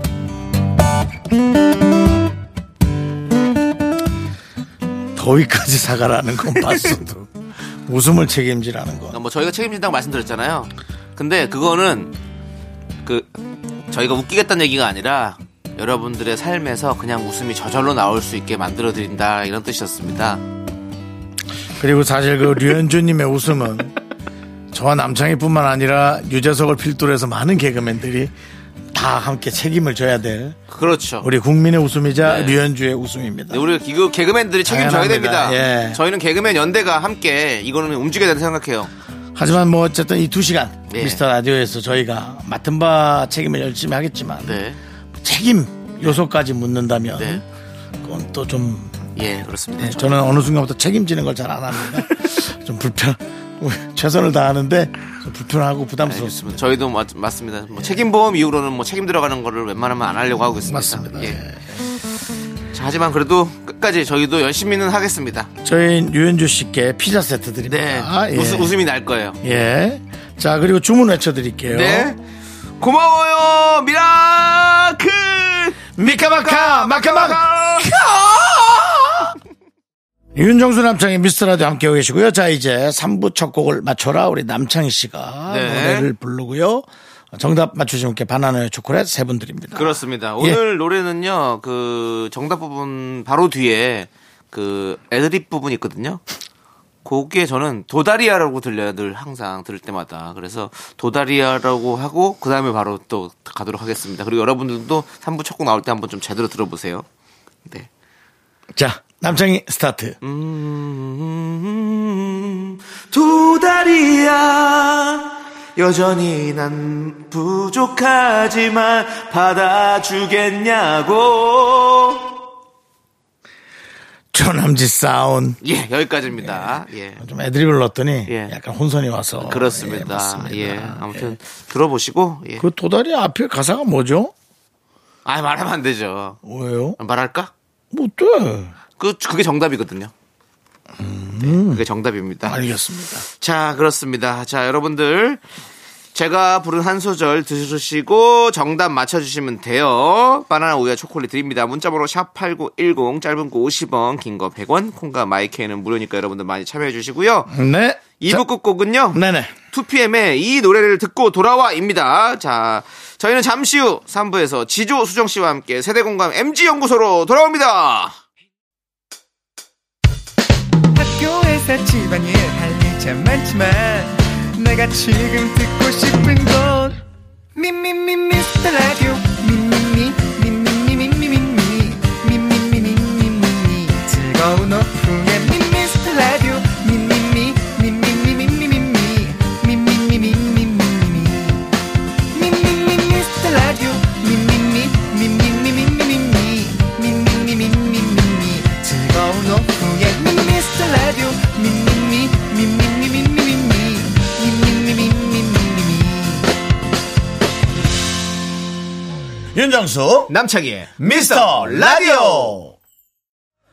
더위까지 사가라는 건 봤어도 웃음을
어,
책임지라는 건
뭐 저희가 책임진다고 말씀드렸잖아요. 근데 그거는 그 저희가 웃기겠다는 얘기가 아니라 여러분들의 삶에서 그냥 웃음이 저절로 나올 수 있게 만들어 드린다 이런 뜻이었습니다.
그리고 사실 그 류현주님의 웃음은 저와 남창희뿐만 아니라 유재석을 필두로 해서 많은 개그맨들이 다 함께 책임을 져야 될
그렇죠.
우리 국민의 웃음이자
네.
류현주의 웃음입니다.
네, 우리 기그 개그맨들이 책임져야
당연합니다.
됩니다.
예.
저희는 개그맨 연대가 함께 이거는 움직여야 된다 생각해요.
하지만 뭐 어쨌든 이 두 시간
네.
미스터 라디오에서 저희가 맡은 바 책임을 열심히 하겠지만
네.
책임 요소까지 묻는다면
네.
그건 또좀
예, 그렇습니다.
네, 저는 어느 순간부터 책임지는 걸 잘 안 합니다. 좀 불편, 최선을 다하는데 좀 불편하고
알겠습니다.
부담스럽습니다.
저희도 맞, 맞습니다. 뭐 책임보험 이후로는 뭐 책임 들어가는 거를 웬만하면 안 하려고 하고 있습니다.
맞습니다.
예. 자, 하지만 그래도 끝까지 저희도 열심히는 하겠습니다.
저희 유현주 씨께 피자 세트 드립니다.
네.
아, 예.
웃, 웃음이 날 거예요.
예. 자, 그리고 주문 외쳐드릴게요. 어?
네. 고마워요, 미라클!
미카마카, 마카마카!
아!
윤정수 남창의 미스터라디오 함께하고 계시고요. 자, 이제 3부 첫 곡을 맞춰라. 우리 남창희 씨가
네.
노래를 부르고요. 정답 맞추신 분께 바나나의 초콜릿 세 분 드립니다.
그렇습니다.
예.
오늘 노래는요, 그, 정답 부분 바로 뒤에 그 애드립 부분이 있거든요. 거기에 저는 도다리아라고 들려요, 늘 항상 들을 때마다. 그래서 도다리아라고 하고, 그 다음에 바로 또 가도록 하겠습니다. 그리고 여러분들도 3부 첫 곡 나올 때 한번 좀 제대로 들어보세요. 네.
자, 남창희 스타트.
음, 도다리야 여전히 난 부족하지만 받아주겠냐고
조남지 사운.
예 여기까지입니다 예
좀 애드립을 넣었더니
예.
약간 혼선이 와서 예,
그렇습니다
맞습니다.
아, 예, 아무튼 들어보시고 예.
그 도다리 앞에 가사가 뭐죠?
아 말하면 안 되죠
왜요?
말할까
뭐 어때?
그 그게 정답이거든요 네, 그게 정답입니다
알겠습니다.
자, 그렇습니다. 자, 여러분들. 제가 부른 한 소절 들으시고 정답 맞춰주시면 돼요. 바나나 우유와 초콜릿 드립니다. 문자번호 샵8910 짧은 거 50원 긴 거 100원 콩과 마이크에는 무료니까 여러분들 많이 참여해 주시고요.
네.
2부 끝곡은요.
자, 네네.
2PM의 이 노래를 듣고 돌아와입니다. 자, 저희는 잠시 후 3부에서 지조 수정 씨와 함께 세대공감 MG연구소로 돌아옵니다.
학교에서 집안일 할 일 참 많지만 내가 지금 듣고 싶은 건 미미미 미스터 라디오 미미미 미미미 미미미 미미미 미미미 즐거운 오후에 미스터 라디오 미미미 미미미 미미미 미미미 미미미 미미미 미스터 라디오 미미미 미미미 미미미 미미미 미미미 즐거운 오후에 미스터 라디오 미미미 미미미 미미미 미미미 미미미
윤정수
남창희의
미스터 라디오.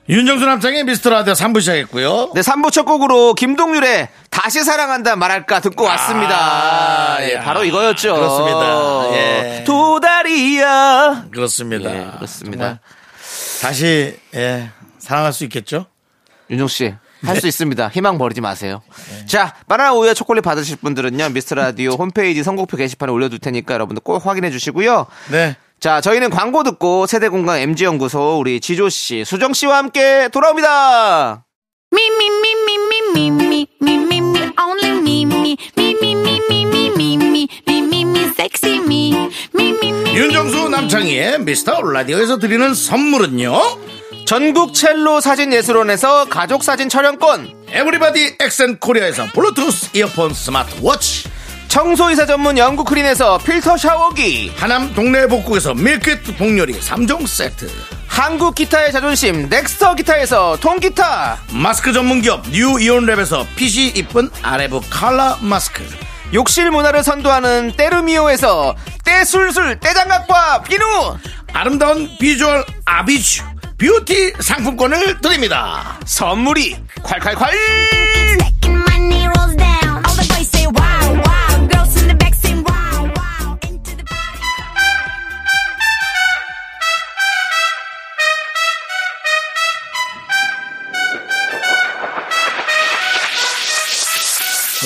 윤정수 남창의 미스터 라디오 3부 시작했고요.
네, 3부 첫 곡으로 김동률의 다시 사랑한다 말할까 듣고 왔습니다.
아,
예,
야.
바로 이거였죠.
그렇습니다. 예.
도다리야.
그렇습니다.
예, 그렇습니다.
정말 다시 예, 사랑할 수 있겠죠?
윤종 씨. 할 수 있습니다. 희망 버리지 마세요. 자, 바나나 우유와 초콜릿 받으실 분들은요, 미스터 라디오 홈페이지 선곡표 게시판에 올려둘 테니까 여러분들 꼭 확인해 주시고요.
네.
자, 저희는 광고 듣고 세대공간 MG연구소 우리 지조씨, 수정씨와 함께 돌아옵니다!
Me, me, me, me, me, me, me, me, me, me, only me, me, me, me, me, me, me, me, me, me, me, me, sexy me, me, me, me.
윤정수 남창희의 미스터 라디오에서 드리는 선물은요.
전국 첼로 사진예술원에서 가족사진 촬영권!
에브리바디 엑센 코리아에서 블루투스 이어폰 스마트워치.
청소이사 전문 영국크린에서 필터 샤워기
하남 동네 복국에서 밀키트 복요리 3종 세트
한국 기타의 자존심 넥스터 기타에서 통기타
마스크 전문기업 뉴 이온랩에서 핏이 이쁜 아레브 칼라 마스크
욕실 문화를 선도하는 때르미오에서 때술술 때장갑과 비누
아름다운 비주얼 아비쥬 뷰티 상품권을 드립니다
선물이 콸콸콸
Second money rolls down. All the boys say wow, wow. Girls in the back say wow, wow. Into the party.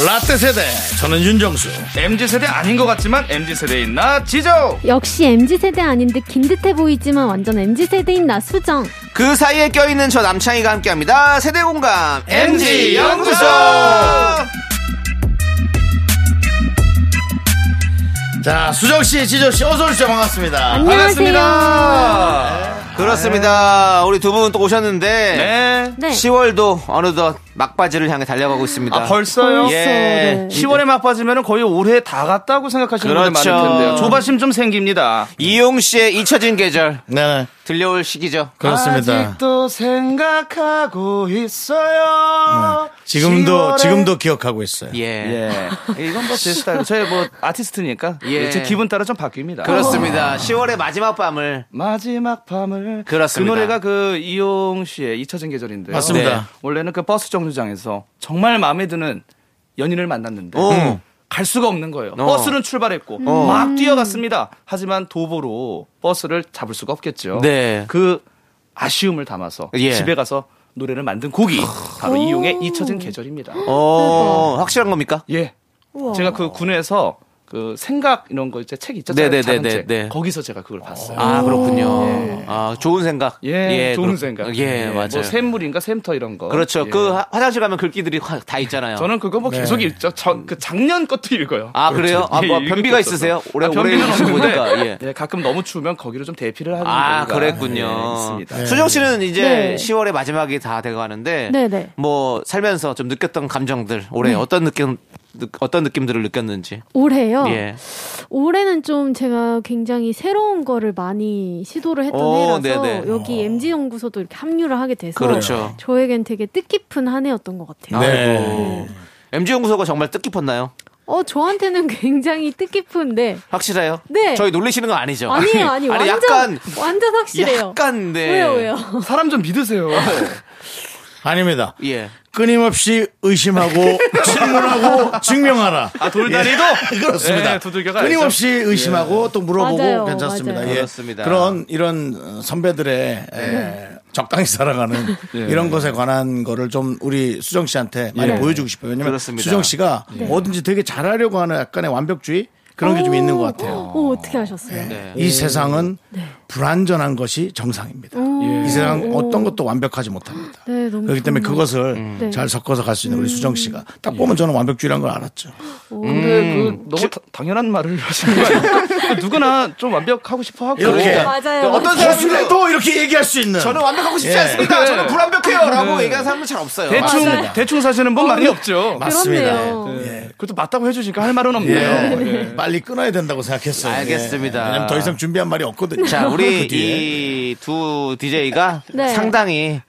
라떼 세대 저는 윤정수
MZ세대 아닌 것 같지만 MZ세대인 나 지조
역시 MZ세대 아닌 듯 긴 듯해 보이지만 완전 MZ세대인 나 수정.
그 사이에 껴있는 저 남창희가 함께합니다. 세대 공감 MG 연구소.
자 수정씨 지조씨 어서오십시오 반갑습니다
반갑습니다
그렇습니다. 우리 두 분 또 오셨는데
네.
네.
10월도 어느덧 막바지를 향해 달려가고 있습니다.
아 벌써요?
벌써,
예.
네.
10월에 막 빠지면 거의 올해 다 갔다고 생각하시는 분들
그렇죠.
많을 텐데요. 조바심 좀 생깁니다.
이용 씨의 잊혀진 계절
네
들려올 시기죠.
그렇습니다
아직도 생각하고 있어요.
지금도
10월에.
지금도 기억하고 있어요
예.
예. 이건 뭐 제 스타일. 저희 뭐 아티스트니까
예.
제 기분 따라 좀 바뀝니다.
그렇습니다. 10월의 마지막 밤을
마지막 밤을
그렇습니다.
그 노래가 그 이용 씨의 잊혀진 계절인데요.
맞습니다.
원래는 그 버스 정류장에서 정말 마음에 드는 연인을 만났는데
어.
갈 수가 없는 거예요.
어.
네. 버스는 출발했고 막 뛰어갔습니다. 하지만 도보로 버스를 잡을 수가 없겠죠.
네.
그 아쉬움을 담아서
예.
집에 가서 노래를 만든 곡이 바로 이용의 잊혀진 계절입니다.
어, 확실한 겁니까?
예. 제가 그 군에서 그 생각 이런 거 이제 책 있잖아요.
네네네네.
작은 책.
네.
거기서 제가 그걸 봤어요.
아, 그렇군요. 아, 좋은 생각.
예, 좋은
그렇-
생각.
예, 맞아요.
뭐 샘물인가 샘터 이런 거.
그렇죠. 네.
예.
그 화- 화장실 가면 글귀들이 화- 다 있잖아요.
저는 그거 뭐 계속 읽죠. 저, 그 작년 것도 읽어요.
아, 그래요? 아,
예,
뭐
읽을
변비가
것도
있으세요?
없어서.
오래
아,
오래
변비는
읽으시고
없는데,
보니까. 예.
예, 가끔 너무 추우면 거기를 좀 대피를 하는
아,
경우가,
그랬군요.
예, 있습니다.
수정 씨는 이제
네.
10월의 마지막이 다 돼가는데
네네. 네.
뭐 살면서 좀 느꼈던 감정들 올해 어떤 느낌 느- 어떤 느낌들을 느꼈는지
올해요.
예.
올해는 좀 제가 굉장히 새로운 거를 많이 시도를 했던
오,
해라서
네네. 어.
여기 MZ 연구소도 이렇게 합류를 하게 돼서
그렇죠.
저에겐 되게 뜻깊은 한 해였던 것 같아요.
아이고. MG 네. 연구소가 정말 뜻깊었나요?
어 저한테는 굉장히 뜻깊은데
확실해요?
네.
저희 놀리시는 건 아니죠?
아니에요, 아니 완전
약간
완전 확실해요.
약간 네.
왜요, 왜요?
사람 좀 믿으세요.
아닙니다
예.
끊임없이 의심하고 질문하고 증명하라
아, 돌다리도?
그렇습니다.
네,
예, 두들겨가
끊임없이 의심하고 또 물어보고
맞아요,
괜찮습니다.
맞아요.
예.
예. 그렇습니다. 네.
그런 이런 어, 선배들의 예, 적당히 살아가는
예.
이런 것에 관한 거를 좀 우리 수정 씨한테 많이
네.
보여주고 싶어요. 왜냐면
그렇습니다. 예.
수정 씨가 뭐든지 되게 잘하려고 하는 약간의 완벽주의 그런 게 좀
오,
있는 것 같아요. 예.
오, 어떻게
네.
하셨어요?
이 세상은
네.
불완전한 것이 정상입니다. 예. 이 세상 어떤 것도 완벽하지 못합니다.
네, 너무
그렇기 때문에
좋네요.
그것을
네.
잘 섞어서 갈 수 있는 우리 수정 씨가
음.
딱
예.
보면 저는 완벽주의라는 걸 알았죠.
근데 그 너무 다- 당연한 말을 하시는 거 아니에요? 누구나 좀 완벽하고 싶어
예.
하고.
그러니까
이렇게
맞아요.
어떤
예.
사람들도
사람도 그 이렇게 얘기할 수 있는
저는 완벽하고
예.
싶지 않습니다. 저는 불완벽해요라고
음.
얘기하는 사람은 잘 없어요.
대충,
맞습니다.
대충 사시는 분
어,
많이 없죠.
맞습니다.
그렇네요.
예. 예.
그것도 맞다고 해주시니까 할 말은
예.
없네요.
예. 빨리 끊어야 된다고 생각했어요.
알겠습니다.
예. 왜냐면 더 이상 준비한 말이 없거든요.
아, 자,
그 뒤에.
우리 이두 DJ가
네.
상당히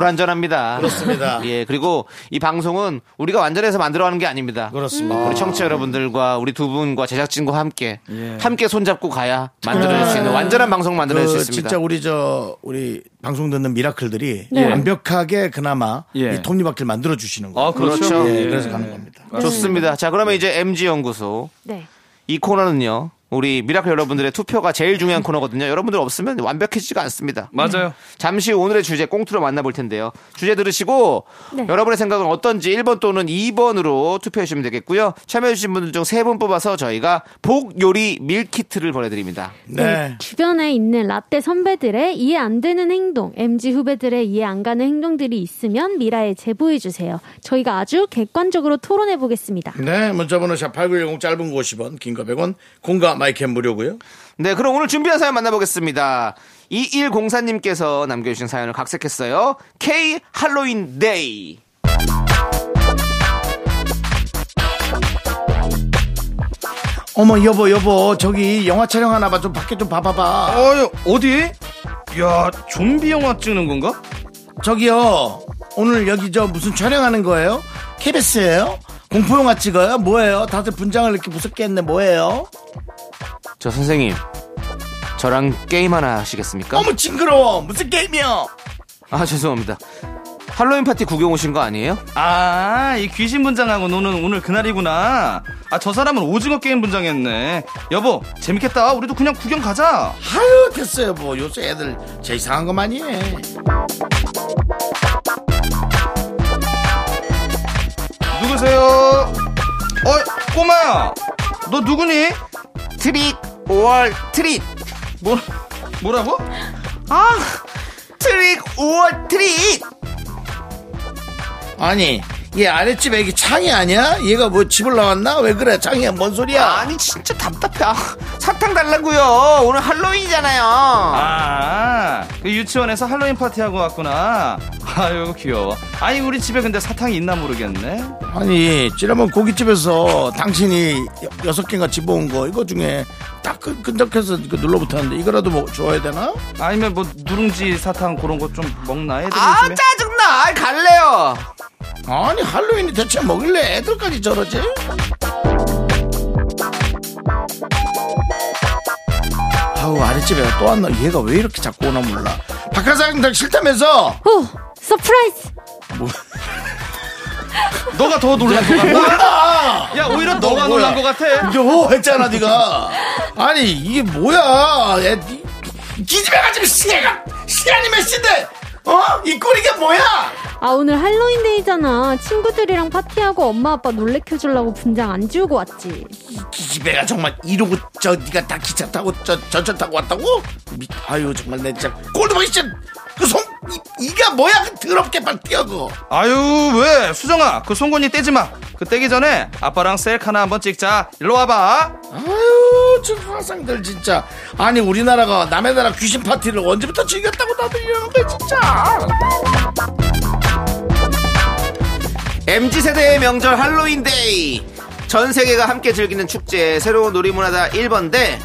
불완전합니다.
그렇습니다.
예, 그리고 이 방송은 우리가 완전해서 만들어 가는 게 아닙니다.
그렇습니다.
우리 청취자 여러분들과 우리 두 분과 제작진과 함께 함께 손잡고 가야 만들어낼 수 있는 완전한 방송 만들어낼 수
그
있습니다.
진짜 우리 저 우리 방송 듣는 미라클들이
네.
완벽하게 그나마
예.
이 톱니바퀴를 만들어 주시는 거예요.
아, 그렇죠.
예,
예.
그래서 가는 겁니다.
좋습니다. 자, 그러면 이제 MG 연구소
네.
이 코너는요. 우리 미라클 여러분들의 투표가 제일 중요한 코너거든요. 여러분들 없으면 완벽해지지가 않습니다. 음.
맞아요.
잠시 후 오늘의 주제 꽁투로 만나볼 텐데요. 주제 들으시고
네.
여러분의 생각은 어떤지 1번 또는 2번으로 투표해 주시면 되겠고요. 참여해주신 분들 중 3분 뽑아서 저희가 복 요리 밀키트를 보내드립니다.
네.
주변에 있는 라떼 선배들의 이해 안 되는 행동, MG 후배들의 이해 안 가는 행동들이 있으면 미라에 제보해 주세요. 저희가 아주 객관적으로 토론해 보겠습니다.
네, 문자번호 샵8910 짧은 거 50원, 긴 거 100원, 공과 마이캠 무료고요.
네, 그럼 오늘 준비한 사연 만나보겠습니다. 2104님께서 남겨주신 사연을 각색했어요. K 할로윈 데이.
어머 여보 여보 저기 영화 촬영하나 봐 좀 밖에 좀 봐봐봐.
어, 어디? 야, 좀비 영화 찍는 건가?
저기요 오늘 여기 저 무슨 촬영하는 거예요? KBS예요? 공포영화 찍어요? 뭐예요? 다들 분장을 이렇게 무섭게 했네 뭐예요?
저 선생님, 저랑 게임 하나 하시겠습니까?
어머 징그러워 무슨 게임이요?
아, 죄송합니다. 할로윈 파티 구경 오신 거 아니에요?
아, 이 귀신 분장하고 노는 오늘 그날이구나. 아, 저 사람은 오징어 게임 분장했네. 여보, 재밌겠다. 우리도 그냥 구경 가자.
아유 됐어요 뭐 요새 애들 제 이상한 거 많이 해.
누구세요? 어, 꼬마야. 너 누구니?
트릿 5월 트릿
뭐, 뭐라고?
아 트릿 5월 트릿
아니 얘 아랫집 애기 창이 아니야? 얘가 뭐 집을 나왔나? 왜 그래 창이야 뭔 소리야?
아니 진짜 답답해 아, 사탕 달라고요 오늘 할로윈이잖아요
아, 그 유치원에서 할로윈 파티하고 왔구나. 아유, 귀여워. 아니, 우리 집에 근데 사탕이 있나 모르겠네.
아니 지난번 고깃집에서 당신이 여- 여섯 개인가 집어온 거 이거 중에 딱 끈- 끈적해서 그 눌러붙었는데 이거라도 뭐 줘야 되나?
아니면 뭐 누룽지 사탕 그런 거 좀 먹나? 애들
아
요즘에?
짜증나 아이, 갈래요
아니 할로윈이 대체 먹을래 애들까지 저러지? 아우 아랫집에 또 왔나 얘가 왜 이렇게 자꾸 오나 몰라 박하상 당 싫다면서
오, 서프라이즈.
너가 더 놀란 것 같다. 야, 오히려 너가
뭐야?
놀란 것 같아.
요 했잖아 네가 아니 이게 뭐야 얘, 니- 기집애 가지고 시계가 시아님의 시대 어? 이 꼴이게 뭐야
아, 오늘 할로윈데이잖아. 친구들이랑 파티하고 엄마 아빠 놀래켜주려고 분장 안 지우고 왔지.
기집애가 정말 이러고 저 네가 다 기차 타고 저 전철 타고 왔다고? 미- 아유 정말 내 진짜 꼴도 보기 싫. 그손 이가 뭐야 그 더럽게 빨리 뛰어 그.
아유, 왜? 수정아, 그 송곳니 떼지 마. 그 떼기 전에 아빠랑 셀카 하나 한번 찍자. 일로 와봐.
아유 저 화상들 진짜. 아니 우리나라가 남의 나라 귀신 파티를 언제부터 즐겼다고 다들 이러는 거야 진짜.
MZ 세대의 명절 할로윈데이 전 세계가 함께 즐기는 축제 새로운 놀이문화다 1번데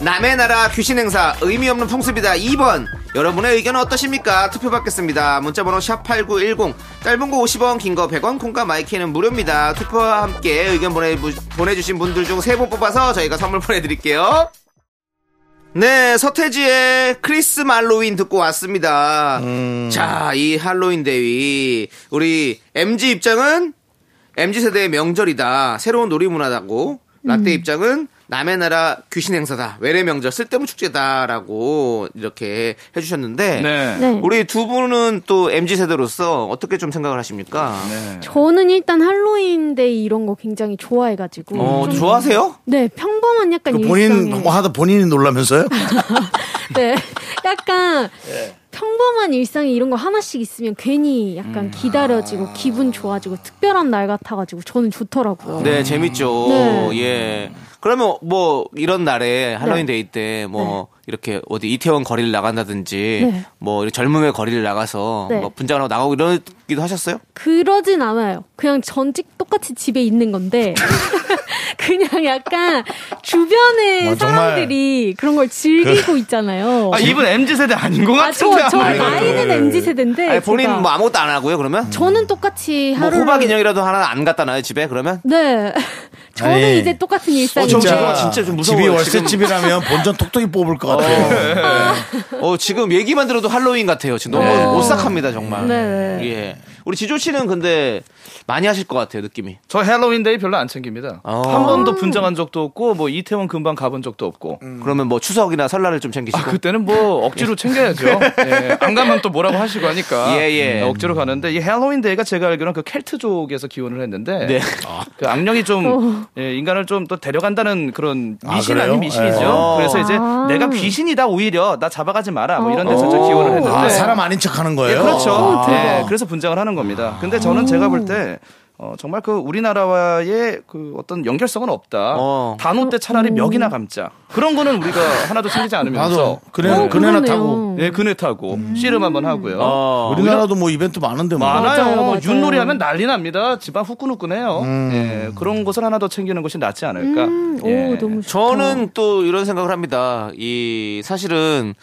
남의 나라 귀신 행사 의미 없는 풍습이다 2번 여러분의 의견은 어떠십니까? 투표 받겠습니다. 문자번호 샵8910 짧은 거 50원 긴 거 100원 콩과 마이키는 무료입니다. 투표와 함께 의견 보내, 보내주신 분들 중 3분 뽑아서 저희가 선물 보내드릴게요. 네, 서태지의 크리스 말로윈 듣고 왔습니다. 자, 이 할로윈 대위. 우리 MG 입장은 MG 세대의 명절이다. 새로운 놀이 문화다고. 라떼 입장은 남의 나라 귀신 행사다. 외래 명절 쓸데없는 축제다라고 이렇게 해 주셨는데
네.
네.
우리 두 분은 또 MG 세대로서 어떻게 좀 생각을 하십니까?
저는 일단 할로윈데이 이런 거 굉장히 좋아해가지고.
어,
좀-
좋아하세요?
네, 평범한 약간 일상에.
그뭐 하다 본인이 놀라면서요?
네, 약간 평범한 일상에 이런 거 하나씩 있으면 괜히 약간 기다려지고 기분 좋아지고 특별한 날 같아가지고 저는 좋더라고요.
네, 재밌죠.
음. 네.
예. 그러면 뭐 이런 날에 할로윈 데이 때 뭐 이렇게 어디 이태원 거리를 나간다든지
네.
뭐 이렇게 젊음의 거리를 나가서
네.
뭐 분장하고 나가고 이러기도 하셨어요?
그러진 않아요. 그냥 전직 똑같이 집에 있는 건데 그냥 약간 주변의
아, 정말.
사람들이 그런 걸 즐기고 있잖아요.
아, 이분 MZ 세대 아닌 것
어. 아,
같은데.
저, 저
아무래도.
나이는 MZ 세대인데
네. 아니, 본인
제가-
뭐 아무것도 안 하고요, 그러면?
저는 똑같이
뭐
하루
호박 인형이라도 하나 안 갖다 놔요, 집에 그러면?
네. 저는
아니.
이제 똑같은 일상이
저 진짜- 진짜 좀 무서워요,
어, 집이
지금.
월세집이라면 본전 톡톡이 뽑을 것 같아요.
어, 지금 얘기만 들어도 할로윈 같아요. 지금 너무
네.
오싹합니다, 정말.
네, 네.
예. 우리 지조 씨는 근데 많이 하실 것 같아요, 느낌이.
저 할로윈데이 별로 안 챙깁니다.
어.
한 번도 분장한 적도 없고, 뭐 이태원 근방 가본 적도 없고.
그러면 뭐 추석이나 설날을 좀 챙기시고.
아, 그때는 뭐 억지로 챙겨야죠. 예, 안 가면 또 뭐라고 하시고 하니까.
예, 예.
억지로 가는데 이 할로윈데이가 제가 알기로는 그 켈트족에서 기원을 했는데
네.
그 악령이 좀 예, 인간을 좀 또 데려간다는 그런
아,
어, 미신
그래요?
아닌 미신이죠.
예.
그래서 이제
아.
내가 귀신이다 오히려 나 잡아가지 마라 뭐 이런
어.
데서 제가 기원을 했는데
아, 사람 아닌 척 하는
예,
거예요?
그렇죠.
아.
예, 그래서 분장을 하는 겁니다. 근데 저는 제가 볼 때 어, 정말 그 우리나라와의 그 어떤 연결성은 없다.
어.
단오 때 차라리 멱이나 감자. 그런 거는 우리가 하나도 챙기지 않으면서
나도 그래
어,
그네나
그러네요.
타고
예, 그네 타고 씨름 한번 하고요.
어.
우리나라도 뭐 이벤트 많은데 뭐.
많아요.
맞아요, 맞아요.
윷놀이 하면 난리 납니다. 집안 후끈후끈해요.
음.
예, 그런 것을 하나 더 챙기는 것이 낫지 않을까.
음,
예.
오 너무 좋다.
저는 또 이런 생각을 합니다. 이 사실은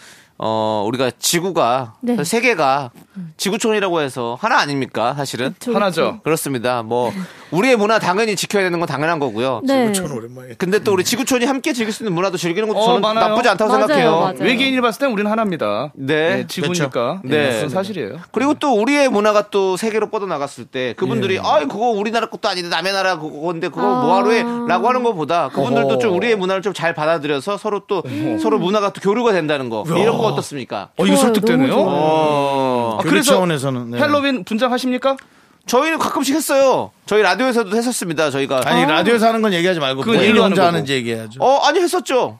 어 우리가 지구가
네.
세계가 지구촌이라고 해서 하나 아닙니까? 사실은
그쵸,
하나죠.
그렇습니다. 뭐 우리의 문화 당연히 지켜야 되는 건 당연한 거고요.
네.
오랜만에.
근데 또 우리 지구촌이 함께 즐길 수 있는 문화도 즐기는 것도
어,
저는
많아요.
나쁘지 않다고
맞아요,
생각해요.
맞아요.
외계인이 봤을 땐 우리는 하나입니다.
네.
예, 지구니까.
그렇죠. 네.
예, 그건 사실이에요.
그리고 또 우리의 문화가 또 세계로 뻗어 나갔을 때 그분들이
예.
아 그거 우리나라 것도 아닌데 남의 나라 그건데 그거
아.
뭐하러 해라고 하는 것보다 그분들도 좀 우리의 문화를 좀 잘 받아들여서 서로 또 서로 문화가 또 교류가 된다는 거 이런 거 어떻습니까?
어, 이거
좋아요,
설득되네요.
너무 좋아요.
어.
아,
교류 차원에서는, 네.
할로윈 분장하십니까?
저희는 가끔씩 했어요. 저희 라디오에서도 했었습니다. 저희가
아니 라디오에서 하는 건 얘기하지 말고
그건
본인이
얘기하는
혼자
거고.
하는지 얘기해야죠.
어 아니 했었죠.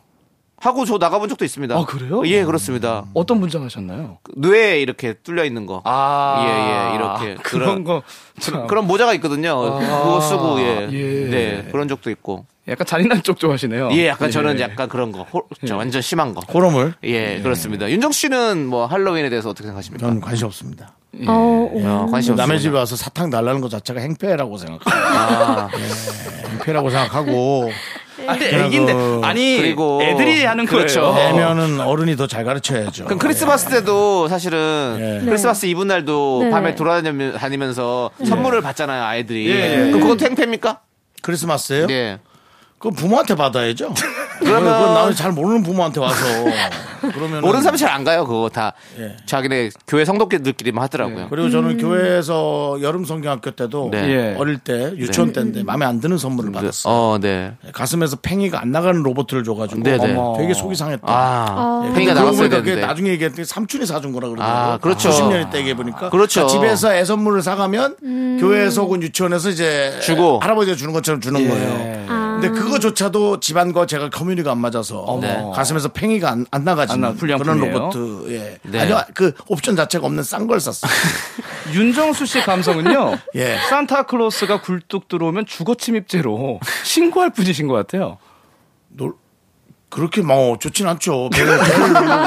하고 저 나가본 적도 있습니다.
아, 그래요? 음.
예 그렇습니다.
어떤 분장 하셨나요?
그 뇌에 이렇게 뚫려 있는 거.
아,
예, 예, 이렇게.
그런
그런-
거.
그-
참. 아.
그런 모자가 있거든요. 그거 쓰고 예.
예.
네 그런 적도 있고.
약간 잔인한 쪽 좋아하시네요. 예.
예 약간 저는 약간 그런 거. 호- 저 완전 심한 거.
호러물
예, 그렇습니다. 윤정 씨는 뭐 할로윈에 대해서 어떻게 생각하십니까?
저는 관심 없습니다.
어, 오.
야, 관심 없어요.
남의 집에 와서 사탕 달라는 것 자체가 행패라고 생각합니다. 예, 행패라고 생각하고
아니, 애기인데. 아니,
네. 그리고-
애들이 하는
그렇죠.
거예요.
애면은 어른이 더 잘 가르쳐야죠.
그럼 크리스마스
네.
때도 사실은
예.
크리스마스 이브 날도
네.
밤에 돌아다니면서 선물을 받잖아요 아이들이.
예, 예.
음.
그럼 그것도 행패입니까?
크리스마스예요?
예.
그건 부모한테 받아야죠.
그러면-
그건 나는 잘 모르는 부모한테 와서 그러면
모르는 사람이 잘 안 가요 그거 다
예.
자기네 교회 성도끼리만 하더라고요.
그리고 저는 교회에서 여름 성경학교 때도
네.
예.
어릴 때 유치원 때인데 마음에 안 드는 선물을 받았어. 요
어, 네.
가슴에서 팽이가 안 나가는 로봇을 줘가지고
네네.
어머, 되게 속이 상했다.
아,
예, 근데
팽이가
그러고
나갔어야
보니까 그게
되는데.
나중에 얘기했더니 삼촌이 사준 거라 그러더라고요.
아, 그렇죠.
90년에 때 얘기해 보니까. 그러니까
그렇죠.
집에서 애 선물을 사가면 교회에서 혹은 유치원에서 이제
주고.
할아버지가 주는 것처럼 주는 거예요.
아,
근데 그거조차도 집안과 제가 커뮤니가 안 맞아서
네.
가슴에서 팽이가 안, 안 나가지는
안 나- 불량
그런
뿐이에요.
로봇. 예.
네.
아니요, 그 옵션 자체가 없는 싼 걸 샀어요.
윤정수 씨의 감성은요.
예.
산타클로스가 굴뚝 들어오면 주거 침입죄로 신고할 분이신 것 같아요.
놀- 그렇게 뭐 좋진 않죠. 배를 배를 누르고.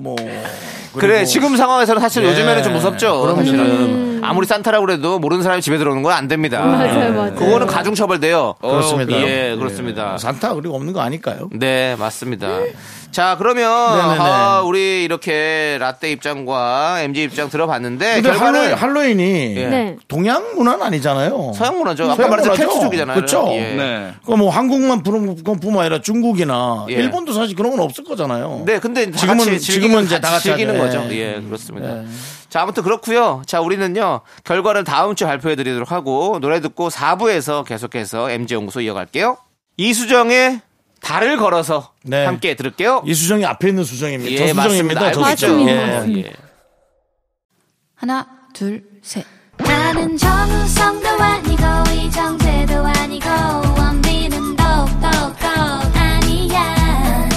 뭐.
그래
그리고
지금 상황에서는 사실
예.
요즘에는 좀 무섭죠.
그럼요.
사실은 아무리 산타라고 해도 모르는 사람이 집에 들어오는 건 안 됩니다.
음.
예.
맞아요, 맞아요.
그거는 가중 처벌돼요.
그렇습니다.
예, 그렇습니다.
산타 그리고 없는 거 아닐까요?
네, 맞습니다. 자, 그러면
네네네.
아, 우리 이렇게 라떼 입장과 MG 입장 들어봤는데
근데
네, 결과는
할로윈, 할로윈이
예.
네.
동양 문화는 아니잖아요.
서양 문화죠. 아까
서양
말했던
문화죠.
텍스족이잖아요.
그렇죠.
예.
네.
그뭐 한국만 부른 것뿐만 아니라 중국이나
예.
일본도 사실 그런 건 없을 거잖아요.
네, 근데 다
지금은-
같이 즐기는,
지금은 이제 다 같이
즐기는
하죠.
거죠.
예.
예, 그렇습니다. 자, 아무튼 그렇고요. 자, 우리는요. 결과를 다음 주 발표해 드리도록 하고 노래 듣고 4부에서 계속해서 MG 연구소 이어갈게요. 이수정의 달을 걸어서
네.
함께 들을게요.
이 수정이 앞에 있는 수정입니다.
예,
저 수정입니다.
맞습니다.
저
알고
수정.
있죠.
예.
예.
하나, 둘, 셋.
나는 정우성도 아니고 이정재도 아니고 원빈은 더욱더 아니야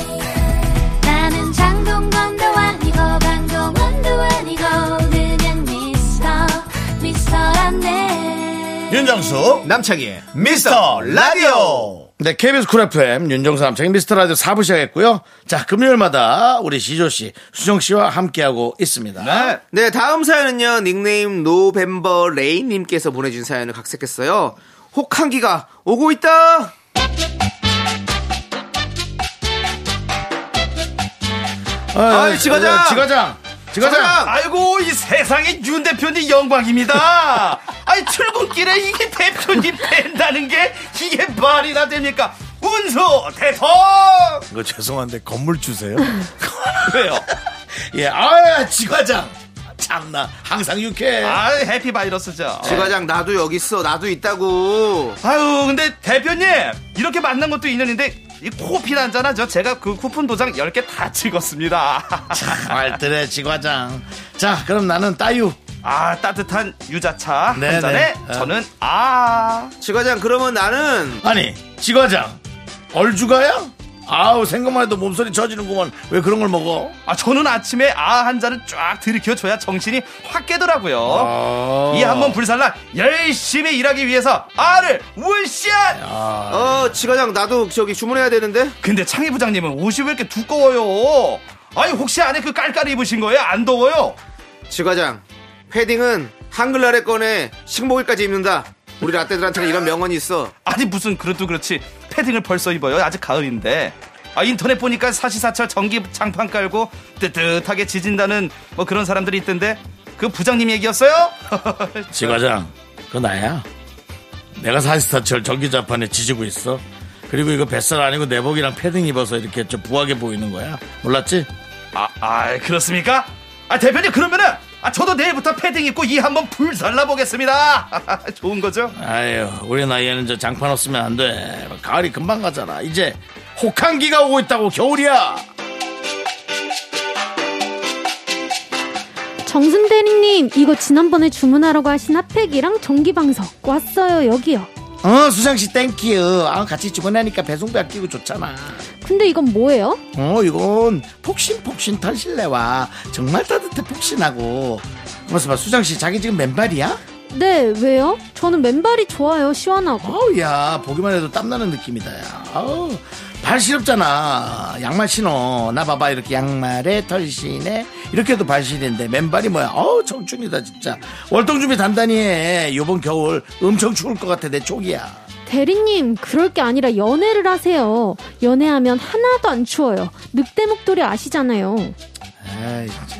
나는 장동건도 아니고 강동원도 아니고 그냥 미스터 미스터란데
윤정수 남창희의 미스터 라디오 네 KBS 쿨 FM 윤정수 남창희 미스터 라디오 4부 시작했고요 자 금요일마다 우리 시조씨 수정씨와 함께하고 있습니다
네.
네, 다음 사연은요. 닉네임 노벤버 레이 님께서 보내준 사연을 각색했어요. 혹한기가 오고 있다.
아,
아이, 지과장!
지과장 지과장
과장!
아이고 이 세상에 윤 대표님 영광입니다. 아니 출근길에 이게 대표님 뵌다는 게 이게 말이나 됩니까? 운수 대성
이거 죄송한데 건물 주세요
왜요?
예아 지과장 참나 항상 유쾌해
아 해피 바이러스죠.
지과장 나도 여기 있어. 나도 있다고.
아유 근데 대표님 이렇게 만난 것도 인연인데 이 코피 난잖아 저 제가 그 쿠폰 도장 10개 다 찍었습니다
말들의 지과장 자 그럼 나는 따유
아 따뜻한 유자차
네네.
한 잔에
아.
저는 아
지과장 그러면 나는
아니 지과장 얼주가야? 아우 생각만 해도 몸소리 쳐지는구만 왜 그런 걸 먹어
아, 저는 아침에 아 한 잔을 쫙 들이켜줘야 정신이 확 깨더라고요. 어?
아.
이 한 번 불살라 열심히 일하기 위해서 아를 원샷!
어 지과장 나도 저기 주문해야 되는데.
근데 창희 부장님은 옷이 왜 이렇게 두꺼워요? 아니 혹시 안에 그 깔깔이 입으신 거예요? 안 더워요?
지과장 패딩은 한글날에 꺼내 식목일까지 입는다. 우리 라떼들한테는 이런 명언이 있어.
아니 무슨 그래도 그렇지 패딩을 벌써 입어요 아직 가을인데 아 인터넷 보니까 사시사철 전기 장판 깔고 뜨뜻하게 지진다는 뭐 그런 사람들이 있던데 그 부장님 얘기였어요?
지과장, 그거 나야. 내가 사시사철 전기자판에 지지고 있어. 그리고 이거 뱃살 아니고 내복이랑 패딩 입어서 이렇게 좀 부하게 보이는 거야. 몰랐지?
아, 아 그렇습니까? 아 대표님 그러면은 아 저도 내일부터 패딩 입고 이 한번 불살라 보겠습니다. 좋은 거죠?
아유, 우리 나이에는 저 장판 없으면 안 돼. 가을이 금방 가잖아. 이제 혹한기가 오고 있다고 겨울이야.
정순대리님, 이거 지난번에 주문하라고 하신 핫팩이랑 전기방석 왔어요, 여기요.
어, 수상씨 땡큐. 아, 같이 주문하니까 배송비 아끼고 좋잖아.
근데 이건 뭐예요?
어, 이건 폭신폭신 털실내와 정말 따뜻해 폭신하고. 맞아, 봐. 수상씨 자기 지금 맨발이야?
네, 왜요? 저는 맨발이 좋아요, 시원하고.
어우, 야, 보기만 해도 땀나는 느낌이다, 야. 어우, 발 시렵잖아. 양말 신어. 나 봐봐, 이렇게 양말에 털신에. 이렇게 해도 발신인데, 맨발이 뭐야. 어우, 청춘이다, 진짜. 월동 준비 단단히 해. 요번 겨울 엄청 추울 것 같아, 내 쪽이야.
대리님, 그럴 게 아니라 연애를 하세요. 연애하면 하나도 안 추워요. 늑대 목도리 아시잖아요.
아이, 진짜.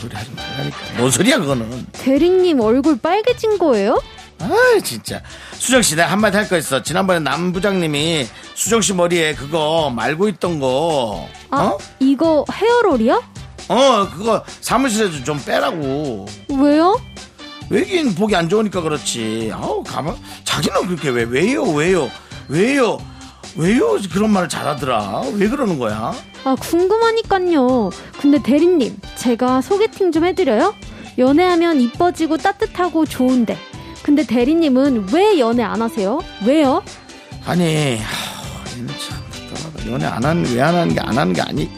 소리 하지 말라니까. 뭔 소리야, 그거는.
대리님 얼굴 빨개진 거예요?
아이 진짜 수정씨 내가 한마디 할 거 있어 지난번에 남 부장님이 수정씨 머리에 그거 말고 있던 거
아,
어?
이거 헤어롤이요?
어 그거 사무실에서 좀 빼라고
왜요?
외긴 보기 안 좋으니까 그렇지 아우 가만 자기는 그렇게 왜 왜요 왜요 왜요 왜요 그런 말을 잘하더라 왜 그러는 거야
아, 궁금하니깐요. 근데 대리님, 제가 소개팅 좀 해드려요? 연애하면 이뻐지고 따뜻하고 좋은데. 근데 대리님은 왜 연애 안 하세요? 왜요?
아니 하, 얘는 참 답답하다. 연애 안 하는 왜 안 하는 게 안 하는 게 아니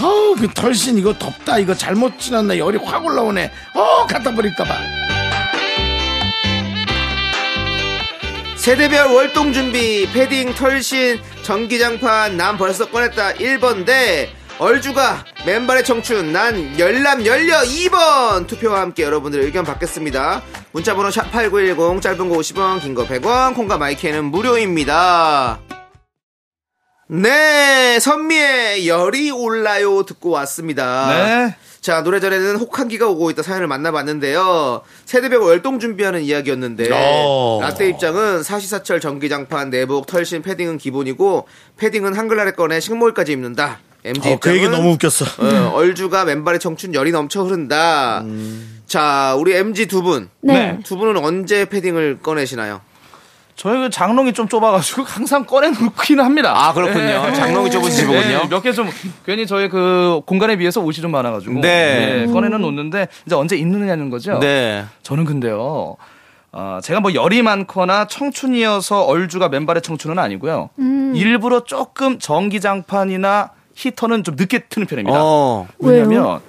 아우 그 털신 이거 덥다 이거 잘못 지났나 열이 확 올라오네 어 갖다 버릴까봐
세대별 월동 준비, 패딩, 털신, 전기장판, 난 벌써 꺼냈다. 1번대. 얼주가 맨발의 청춘 난 열남 열려 2번 투표와 함께 여러분들의 의견 받겠습니다 문자번호 샵8910 짧은 거 50원 긴 거 100원 콩과 마이크는 무료입니다 네 선미의 열이 올라요 듣고 왔습니다
네.
자 노래 전에는 혹한기가 오고 있다 사연을 만나봤는데요 세대별 월동 준비하는 이야기였는데
오.
라떼 입장은 사시사철 전기장판 내복 털신 패딩은 기본이고 패딩은 한글날에 꺼내 식물까지 입는다 MG
어, 그 얘기
입장은
너무 웃겼어
어, 얼주가 맨발의 청춘 열이 넘쳐 흐른다. 음. 자, 우리 MG 두 분.
네.
두 분은 언제 패딩을 꺼내시나요?
저희 그 장롱이 좀 좁아가지고 항상 꺼내놓긴 합니다.
아, 그렇군요.
네.
장롱이 좁은 집이군요.
몇 개 좀 괜히 저희 그 공간에 비해서 옷이 좀 많아가지고
네.
꺼내는 놓는데 이제 언제 입느냐는 거죠.
네.
저는 근데요. 아, 제가 뭐 열이 많거나 청춘이어서 얼주가 맨발의 청춘은 아니고요. 일부러 조금 전기장판이나 히터는 좀 늦게 트는 편입니다.
어.
왜냐면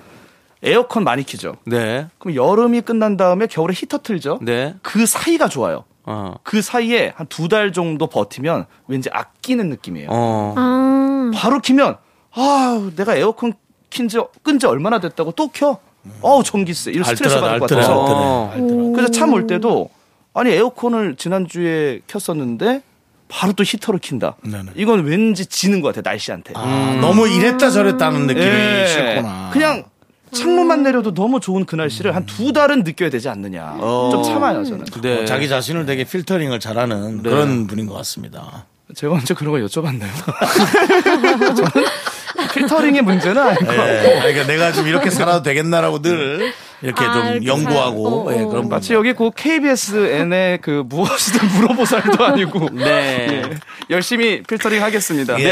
에어컨 많이 키죠.
네.
그럼 여름이 끝난 다음에 겨울에 히터 틀죠.
네.
그 사이가 좋아요.
어.
그 사이에 한 두 달 정도 버티면 왠지 아끼는 느낌이에요.
어.
아,
바로 키면 아 내가 에어컨 킨지 끈지 얼마나 됐다고 또 켜. 어우 전기세 이런 스트레스 받을
알뜰하다,
것
알뜰해.
같아서.
어.
그래서 참 올 때도 아니 에어컨을 지난주에 켰었는데 바로 또 히터로 킨다.
네네.
이건 왠지 지는 것 같아 날씨한테.
아, 너무 이랬다 저랬다 하는 느낌이
어. 예.
싫구나.
그냥 창문만 내려도 너무 좋은 그 날씨를 한 두 달은 느껴야 되지 않느냐.
어.
좀 참아요 저는.
네.
어, 자기 자신을 되게 필터링을 잘하는 그런 분인 것 같습니다.
제가 언제 그런 걸 여쭤봤나요? 저는 필터링의 문제는 아니고
예, 그러니까 내가 지금 이렇게 살아도 되겠나라고 늘 이렇게
아,
좀
이렇게
연구하고
잘-
예,
어,
그런 분.
마치 여기 그 KBSN의 그 무엇이든 물어보살도 아니고
네.
예, 열심히 필터링 하겠습니다.
예.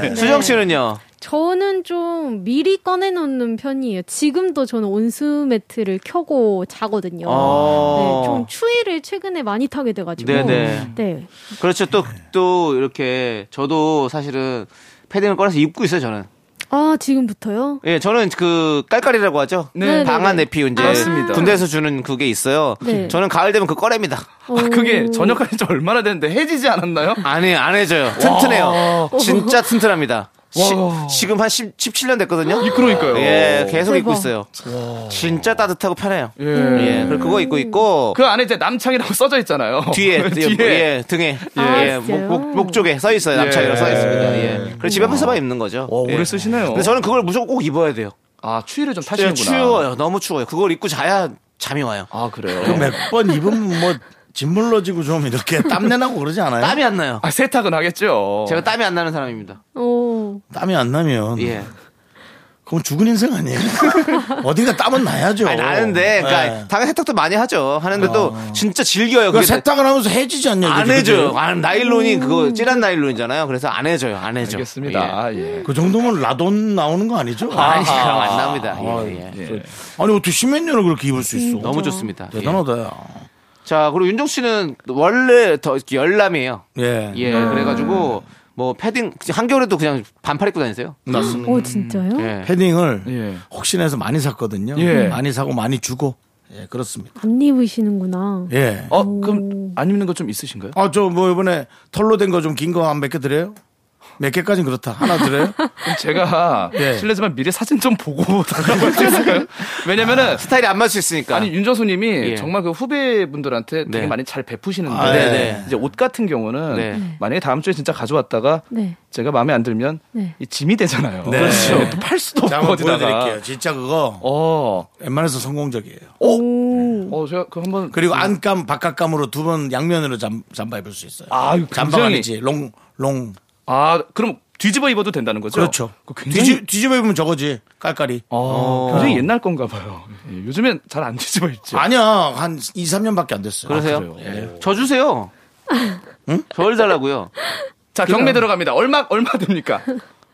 네. 수정 씨는요?
저는 좀 미리 꺼내놓는 편이에요. 지금도 저는 온수 매트를 켜고 자거든요.
아.
어.
네, 좀 추위를 최근에 많이 타게 돼가지고.
네네.
네.
그렇죠. 또, 또, 이렇게, 저도 사실은 패딩을 꺼내서 입고 있어요, 저는.
아, 지금부터요?
예, 저는 그, 깔깔이라고 하죠?
네.
방한 내피, 이제.
맞습니다.
군대에서 주는 그게 있어요.
네.
저는 가을 되면 그거 꺼냅니다.
어.
아, 그게 저녁까지 저 얼마나 됐는데 해지지 않았나요?
안 해요, 안 해줘요.
어,
튼튼해요. 진짜 튼튼합니다. 시-
와.
지금 한 10, 17년 됐거든요.
그러니까요.
예, 계속 입고
대박.
있어요. 진짜 따뜻하고 편해요.
예.
예, 그리고 그거 입고 있고
그 안에 이제 남창이라고 써져 있잖아요.
뒤에, 뒤에, 예, 등에,
아,
예, 목,
진짜요?
목, 목 쪽에 써 있어요. 남창이라고 써 있습니다. 예. 그래서 집에 서만 입는 거죠.
어,
예.
오래 쓰시네요.
근데 저는 그걸 무조건 꼭 입어야 돼요.
아 추위를 좀
예,
타시는구나.
추워요. 너무 추워요. 그걸 입고 자야 잠이 와요.
아 그래요.
몇 번 입으면 뭐 짓물러지고 좀 이렇게 땀내 나고 그러지 않아요?
땀이 안 나요.
아 세탁은 하겠죠.
제가 땀이 안 나는 사람입니다.
오.
땀이 안 나면
예.
그건 죽은 인생 아니에요? 어딘가 땀은 나야죠.
아니, 나는데, 그러니까
네.
당연히 세탁도 많이 하죠. 하는데 또 진짜 즐겨요.
그러니까
그게
세탁을 하면서 해지지 않냐?
안
이렇게, 음.
해줘요.
그죠?
아, 나일론이 그거 찌란 나일론이잖아요. 그래서 안 해줘요. 안 해줘. 예.
알겠습니다. 예.
그 정도면 라돈 나오는 거 아니죠?
아니, 그럼 안 납니다.
아,
예, 예.
예.
아니 어떻게 시멘년을 그렇게 입을 수 있어?
너무 좋습니다. 예.
대단하다. 야.
자, 그리고 윤종 씨는 원래 더 열람이에요.
예.
예, 그래가지고 뭐 패딩 한겨울에도 그냥 반팔 입고 다니세요.
맞습니다.
음.
오 진짜요?
음?
네.
예.
패딩을
예.
혹시나 해서 많이 샀거든요.
예.
많이 사고 많이 주고. 예, 그렇습니다.
안 입으시는구나.
예.
어, 그럼 안 입는 거 좀 있으신가요?
아, 저 뭐 이번에 털로 된 거 좀 긴 거 한 몇 개 드려요? 몇 개까지는 그렇다. 하나 드려요?
그럼 제가
예.
실례지만 미리 사진 좀 보고 다가올 수 있을까요? 왜냐면은
스타일이 안 맞을 수 있으니까.
아니 윤정수님이
예.
정말 그 후배분들한테
네.
되게 많이 잘 베푸시는데
아,
네네.
이제 옷 같은 경우는
네.
만약에 다음 주에 진짜 가져왔다가
네.
제가 마음에 안 들면
네.
이 짐이 되잖아요.
네.
그렇죠. 또 팔 수도
자,
없고
한번
어디다가.
보여드릴게요. 진짜 그거
어,
웬만해서 성공적이에요.
어 제가 그 한번
그리고 안감, 바깥감으로 두 번 양면으로 잠, 잠바 입을 수 있어요.
아, 이거
잠바
굉장히-
아니지. 롱, 롱.
아 그럼 뒤집어 입어도 된다는 거죠?
그렇죠.
그거 굉장히
뒤집, 뒤집어 입으면 저거지. 깔깔이.
어, 굉장히 옛날 건가 봐요. 예, 요즘엔 잘 안 뒤집어 입죠.
아니야. 한 2, 3년밖에 안 됐어요. 아,
아,
예.
그러세요? 저 주세요.
음?
저를 달라고요.
자 경매 들어갑니다. 얼마 얼마 됩니까?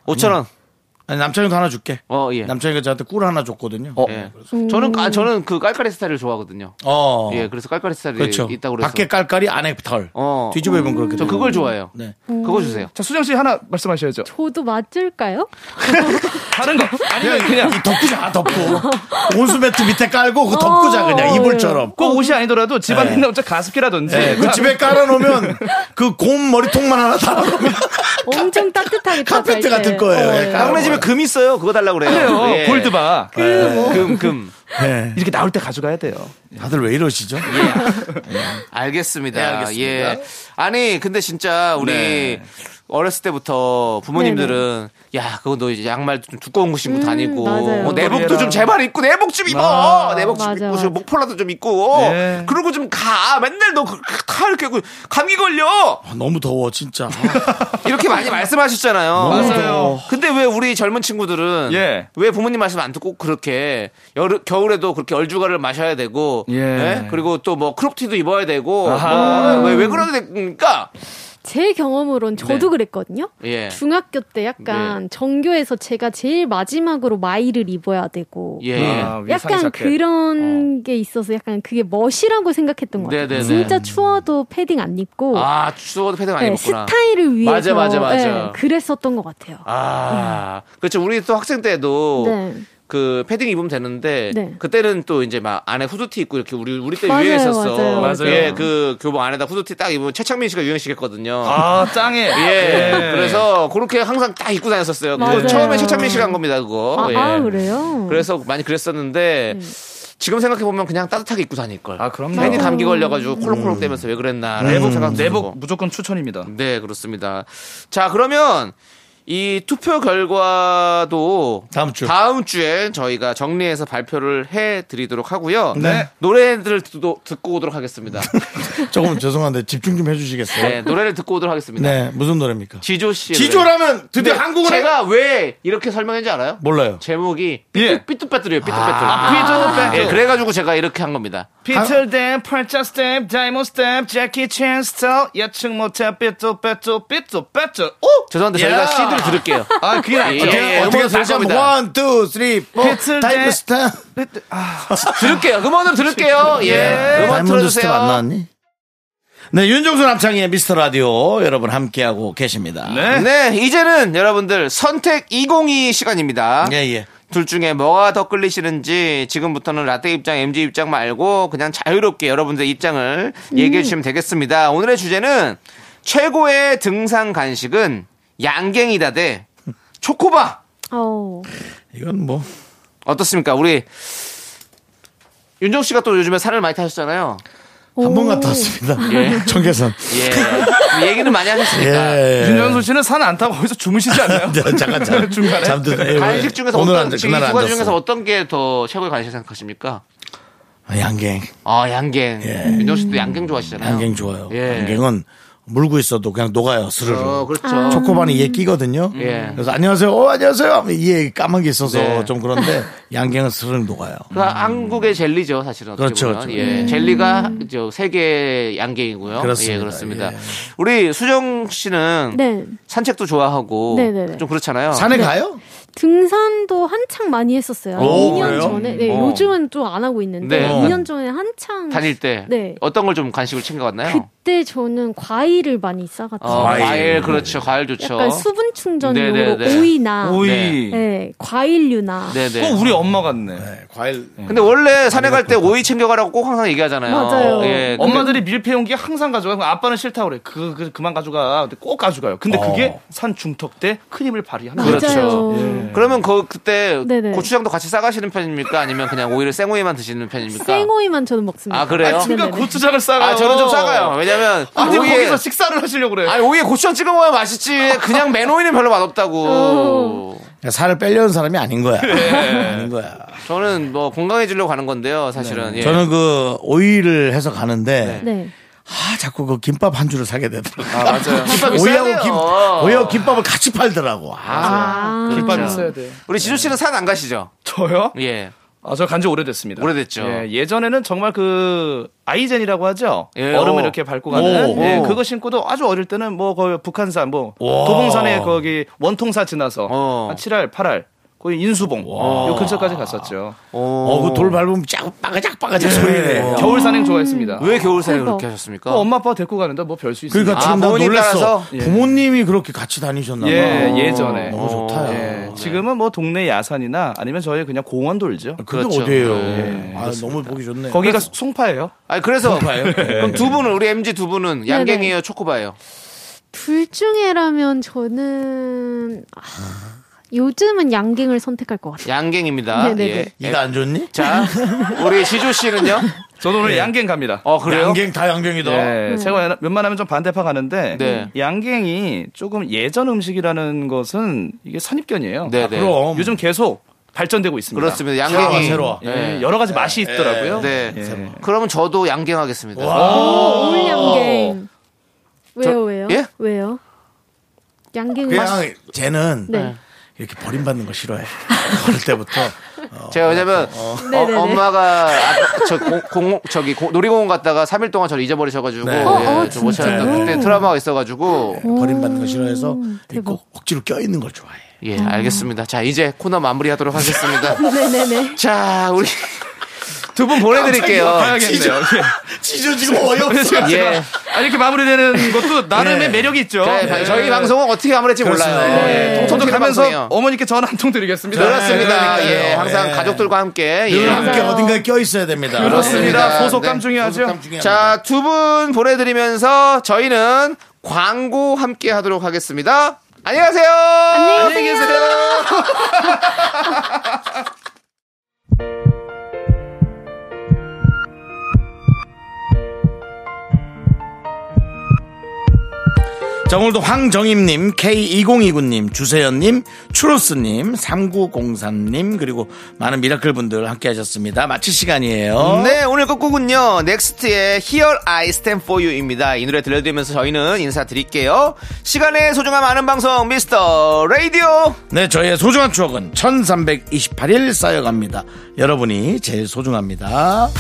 5천 원.
아니, 남창이도 하나 줄게.
어 예.
남창이가 저한테 꿀 하나 줬거든요.
어,
예. 저는
음.
아, 저는 그 깔깔이 스타일을 좋아하거든요.
어.
예, 그래서 깔깔이 스타일이
그렇죠.
있다고 그래서.
밖에 깔깔이 안에 털.
어.
뒤집어 입으면 그렇게
저
돼요.
그걸 좋아해요.
네.
그거 주세요.
자 수정 씨 하나 말씀하셔야죠.
저도 맞을까요?
다른 거 아니면 그냥
이 덮고 자, 덮고. 온수 매트 밑에 깔고 그 덮고 자, 그냥
어,
이불처럼.
꼭 옷이 아니더라도 집안에 있는 어째 가습기라든지
예, 그
자,
집에 깔아놓으면 그 곰 머리통만 하나 달아놓으면
엄청 따뜻하게 어,
카페트
잘
같을
때.
거예요. 예, 깔아놓으면.
강래 집에 금 있어요. 그거 달라고 그래요.
그래요
예. 네.
골드바
금 금. 네.
예.
이렇게 나올 때 가져가야 돼요
다들 왜 이러시죠?
예. 알겠습니다. 네.
네, 알겠습니다.
예. 아니, 근데 진짜 우리 어렸을 때부터 부모님들은 야, 그거 너 이제 양말 좀 두꺼운 거 신고
음,
다니고
맞아요.
뭐 내복도 좀 제발 입고 내복 좀 입어. 내복 좀
맞아,
입고
맞아.
저 목폴라도 좀 입고.
네.
그러고 좀 가. 맨날 너다 그 이렇게 하고 감기 걸려.
아, 너무 더워, 진짜. 아,
이렇게 많이 말씀하셨잖아요.
맞아요.
근데 왜 우리 젊은 친구들은
예.
왜 부모님 말씀 안 듣고 그렇게 여름 겨울에도 그렇게 얼주가를 마셔야 되고
예.
그리고 또 뭐 크롭티도 입어야 되고
아하.
뭐 왜, 왜 그러게 됩니까?
제 경험으론 저도 그랬거든요.
예.
중학교 때 약간 정교에서 제가 제일 마지막으로 마이를 입어야 되고
예.
아, 위에 상의
약간
자켓.
그런 게 있어서 약간 그게 멋이라고 생각했던 것 같아요.
네네네.
진짜 추워도 패딩 안 입고
아 추워도 패딩 안
네,
입었구나.
스타일을 위해서
맞아, 맞아, 맞아.
네, 그랬었던 것 같아요.
아 어. 그렇죠. 우리 또 학생 때도
네.
그 패딩 입으면 되는데
네.
그때는 또 이제 막 안에 후드티 입고 이렇게 우리 우리 때
맞아요,
유행했었어.
맞아요,
맞아요.
예, 그 교복 안에다 후드티 딱 입으면 최창민 씨가 유행시켰거든요.
아 짱해
예. 그래서 그렇게 항상 딱 입고 다녔었어요. 그거
맞아요.
처음에 최창민 씨가 한 겁니다, 그거.
아,
예.
아, 그래요? 네.
래서 많이 그랬었는데 지금 생각해보면 그냥 따뜻하게 입고 다닐 걸.
아 그럼요 음.
괜히
어.
감기 걸려가지고 콜록콜록 대면서 왜 그랬나. 내복 생각도
내복
들고.
무조건 추천입니다
네, 그렇습니다. 자, 그러면 이 투표 결과도
다음 주.
다음 주에 저희가 정리해서 발표를 해 드리도록 하고요.
네.
노래들을 듣도- 듣고 오도록 하겠습니다.
조금 죄송한데 집중 좀 해주시겠어요?
네, 노래를 듣고 오도록 하겠습니다.
네, 무슨 노래입니까?
지조 씨.
지조라면 드디어 한국을
네. 제가 왜 이렇게 설명했는지 알아요?
몰라요.
제목이
뭐- 예. 아,
삐뚤빼뚤이에요. 삐뚤빼뚤. 삐뚤빼뚤. 예, 그래가지고 제가 이렇게 한 겁니다.
비틀댐 팔자 스텝 다이몬 스텝 재키 챈 스타일 예측 못해 삐뚤 삐뚤 삐뚤 삐뚤 오
죄송한데
야.
저희가 CD를 들을게요.
아 그게 낫죠
예, 예,
어떻게
음원 다
다시 한번
겁니다.
원, 투, 쓰리, 포.
비틀
타이거
대-
스타.
들을게요. 음원으로 들을게요. 예. 음원
다이아몬드 스텝
틀어주세요.
네. 안 나왔니? 네, 윤종수 남창희의 미스터 라디오 여러분 함께하고 계십니다.
네.
네, 이제는 여러분들 선택 202 시간입니다.
예, 예.
둘 중에 뭐가 더 끌리시는지 지금부터는 라떼 입장, MG 입장 말고 그냥 자유롭게 여러분들의 입장을
음.
얘기해 주시면 되겠습니다. 오늘의 주제는 최고의 등산 간식은 양갱이다 대 초코바.
어,
이건 뭐.
어떻습니까? 우리 윤정 씨가 또 요즘에 산을 많이 타셨잖아요.
한 번 갔다 왔습니다. 청계산.
예. 얘기는 많이 하셨으니까.
예.
윤정수 씨는 산 안 타고 거기서 주무시지 않나요?
네, 잠깐, 잠깐.
중간에?
잠든. 예, 예.
간식 중에서
오늘
어떤
앉아,
지금
그날
두 가지
앉았어.
중에서 어떤 게 더 최고의 간식 생각하십니까?
양갱.
아 양갱. 윤정 씨도 양갱 좋아하시잖아요.
예. 양갱 좋아요.
예.
양갱은 물고 있어도 그냥 녹아요 스르르.
어, 그렇죠.
아.
초코바는 이에 끼거든요.
예.
그래서 안녕하세요. 어 안녕하세요. 하면 이에 까만 게 있어서
네.
좀 그런데 양갱은 스르르 녹아요.
그러니까 한국의 젤리죠, 사실은. 어떻게
그렇죠,
보면.
그렇죠.
예. 젤리가 저 세계 양갱이고요.
그렇습니다.
예, 그렇습니다.
예.
우리 수정 씨는
네.
산책도 좋아하고
네네네.
좀 그렇잖아요.
산에 가요?
등산도 한창 많이 했었어요.
오,
2년
그래요?
전에. 네,
어.
요즘은 좀 안 하고 있는데
네.
2년 전에 한창
음. 다닐 때
네.
어떤 걸 좀 간식을 챙겨갔나요?
그때 저는 과일을 많이 싸갔죠.
어, 과일.
과일.
그렇죠. 과일 좋죠.
약간 수분 충전용으로
네네네.
오이나
오이.
네, 과일류나
네네.
또 우리 엄마 같네.
과일.
근데 원래 산에 갈 때 오이 챙겨가라고 꼭 항상 얘기하잖아요.
맞아요.
예. 근데
엄마들이 밀폐 용기 항상 가져가. 그럼 아빠는 싫다고 그래. 그, 그 그만 가져가. 근데 꼭 가져가요. 근데 그게 산 중턱 때 큰 힘을 발휘하는
맞아요.
거예요.
그렇죠. 그러면 그 그때
네네.
고추장도 같이 싸가시는 편입니까? 아니면 그냥 오이를 생오이만 드시는 편입니까?
생오이만 저는 먹습니다.
아 그래요?
그러니까
네네네.
고추장을 싸가요.
아 저는 좀 싸가요. 왜냐면
근데
오이에
거기서 식사를 하시려고 그래.
아니 오이에 고추장 찍어 먹어야 맛있지. 그냥 맨오이는 별로 맛없다고.
그냥 그러니까 살을 빼려는 사람이 아닌 거야.
네.
아닌 거야.
저는 뭐 건강해지려고 가는 건데요, 사실은. 예.
저는 그 오이를 해서 가는데
네.
아 자꾸 그 김밥 한 줄을 사게 되더라고.
아, 맞아요. 김밥이
오이하고 어.
싸네요.
김 오이하고 김밥을 같이 팔더라고. 아,
아,
김밥 있어야 돼.
우리 지조 씨는 산 안 가시죠?
저요?
예.
아, 저 간지 오래됐습니다.
오래됐죠.
예, 전에는 정말 그 아이젠이라고 하죠.
예,
얼음을
어.
이렇게 밟고 가는
오,
예,
오.
그거 신고도 아주 어릴 때는 뭐 거의 북한산 뭐 도봉산에 거기 원통사 지나서
어.
한 7할, 8할 거의 인수봉 요 근처까지 갔었죠.
어, 그 돌 밟으면 쫙 빠가작 빠가작 소리네. 어,
겨울 산행 좋아했습니다.
예. 어. 왜 겨울 사이
대박.
그렇게 하셨습니까?
또 엄마 아빠 데리고 가는데 뭐 별 수 있어요.
그러니까
아,
지금 나
부모님
놀랐어.
따라서?
예.
부모님이 그렇게 같이 다니셨나 봐. 어,
예, 예전에.
너무
어.
좋다. 네.
예,
야
지금은 뭐 동네 야산이나 아니면 저희 그냥 공원 돌죠.
그게
그렇죠.
어디예요?
예,
아, 너무 보기 좋네.
거기가 그러니까 송파예요.
아니 그래서
봐요.
그럼 두 분은 우리 MG 두 분은 양갱이에요, 초코바예요.
둘 중에라면 저는 아, 요즘은 양갱을 선택할 것 같아요.
양갱입니다.
네네네.
예.
이가 안 좋니?
자, 우리 지조 씨는요?
저도 오늘 양갱 갑니다.
어 그래요? 어.
양갱 다 양갱이다.
예, 제가 예. 웬만하면 좀 반대파 가는데
네.
양갱이 조금 예전 음식이라는 것은 이게 선입견이에요.
네, 네.
그럼
요즘 계속 발전되고 있습니다.
그렇습니다.
새로워,
양갱이
새로워.
예,
네.
여러 가지 맛이 있더라고요.
네. 그러면 저도 양갱하겠습니다.
아,
어, 올 양갱. 왜요, 왜요?
어. 예?
왜요? 양갱 맛.
그냥 쟤는
네.
이렇게 버림받는 거 싫어해. 어릴 때부터
어, 제가 왜냐면
네네네.
어, 엄마가 아까 저 공, 공- 저기 고- 놀이공원 갔다가 3일 동안 저를 잊어버리셔가지고
네.
예,
어,
어,
좀못
진짜요?
찾았다 그때 트라우마가 있어가지고
버림받는 거 싫어해서
대박.
꼭 억지로 껴있는 걸 좋아해.
예 알겠습니다. 자 이제 코너 마무리하도록 하겠습니다.
네네네.
자 우리 두 분 보내드릴게요.
가야겠네요.
지저 지금 어이없어.
예.
아, 이렇게 마무리되는 것도 나름의
예.
매력이 있죠.
네,
예.
저희 방송은 어떻게 마무리할지 몰라요.
그렇습니다.
예, 통통
저도
튀는
가면서
방송이에요.
어머니께 전화 한 통 드리겠습니다.
그렇습니다.
네,
예,
그러니까요.
항상
예.
가족들과 함께. 예.
늘 함께
맞아요.
어딘가에 껴있어야 됩니다.
그렇습니다.
그렇습니다.
소속감
네.
중요하죠.
소속감 중요합니다.
자, 두 분 보내드리면서 저희는 광고 함께 하도록 하겠습니다. 안녕하세요. 안녕히 계세요.
자, 오늘도 황정임님, K2029님, 주세연님, 추로스님, 3903님, 그리고 많은 미라클 분들 함께 하셨습니다. 마칠 시간이에요.
네, 오늘 끝곡은요. 넥스트의 Here I Stand For You입니다. 이 노래 들려드리면서 저희는 인사드릴게요. 시간의 소중함 아는 방송 미스터 라디오.
네, 저희의 소중한 추억은 1328일 쌓여갑니다. 여러분이 제일 소중합니다.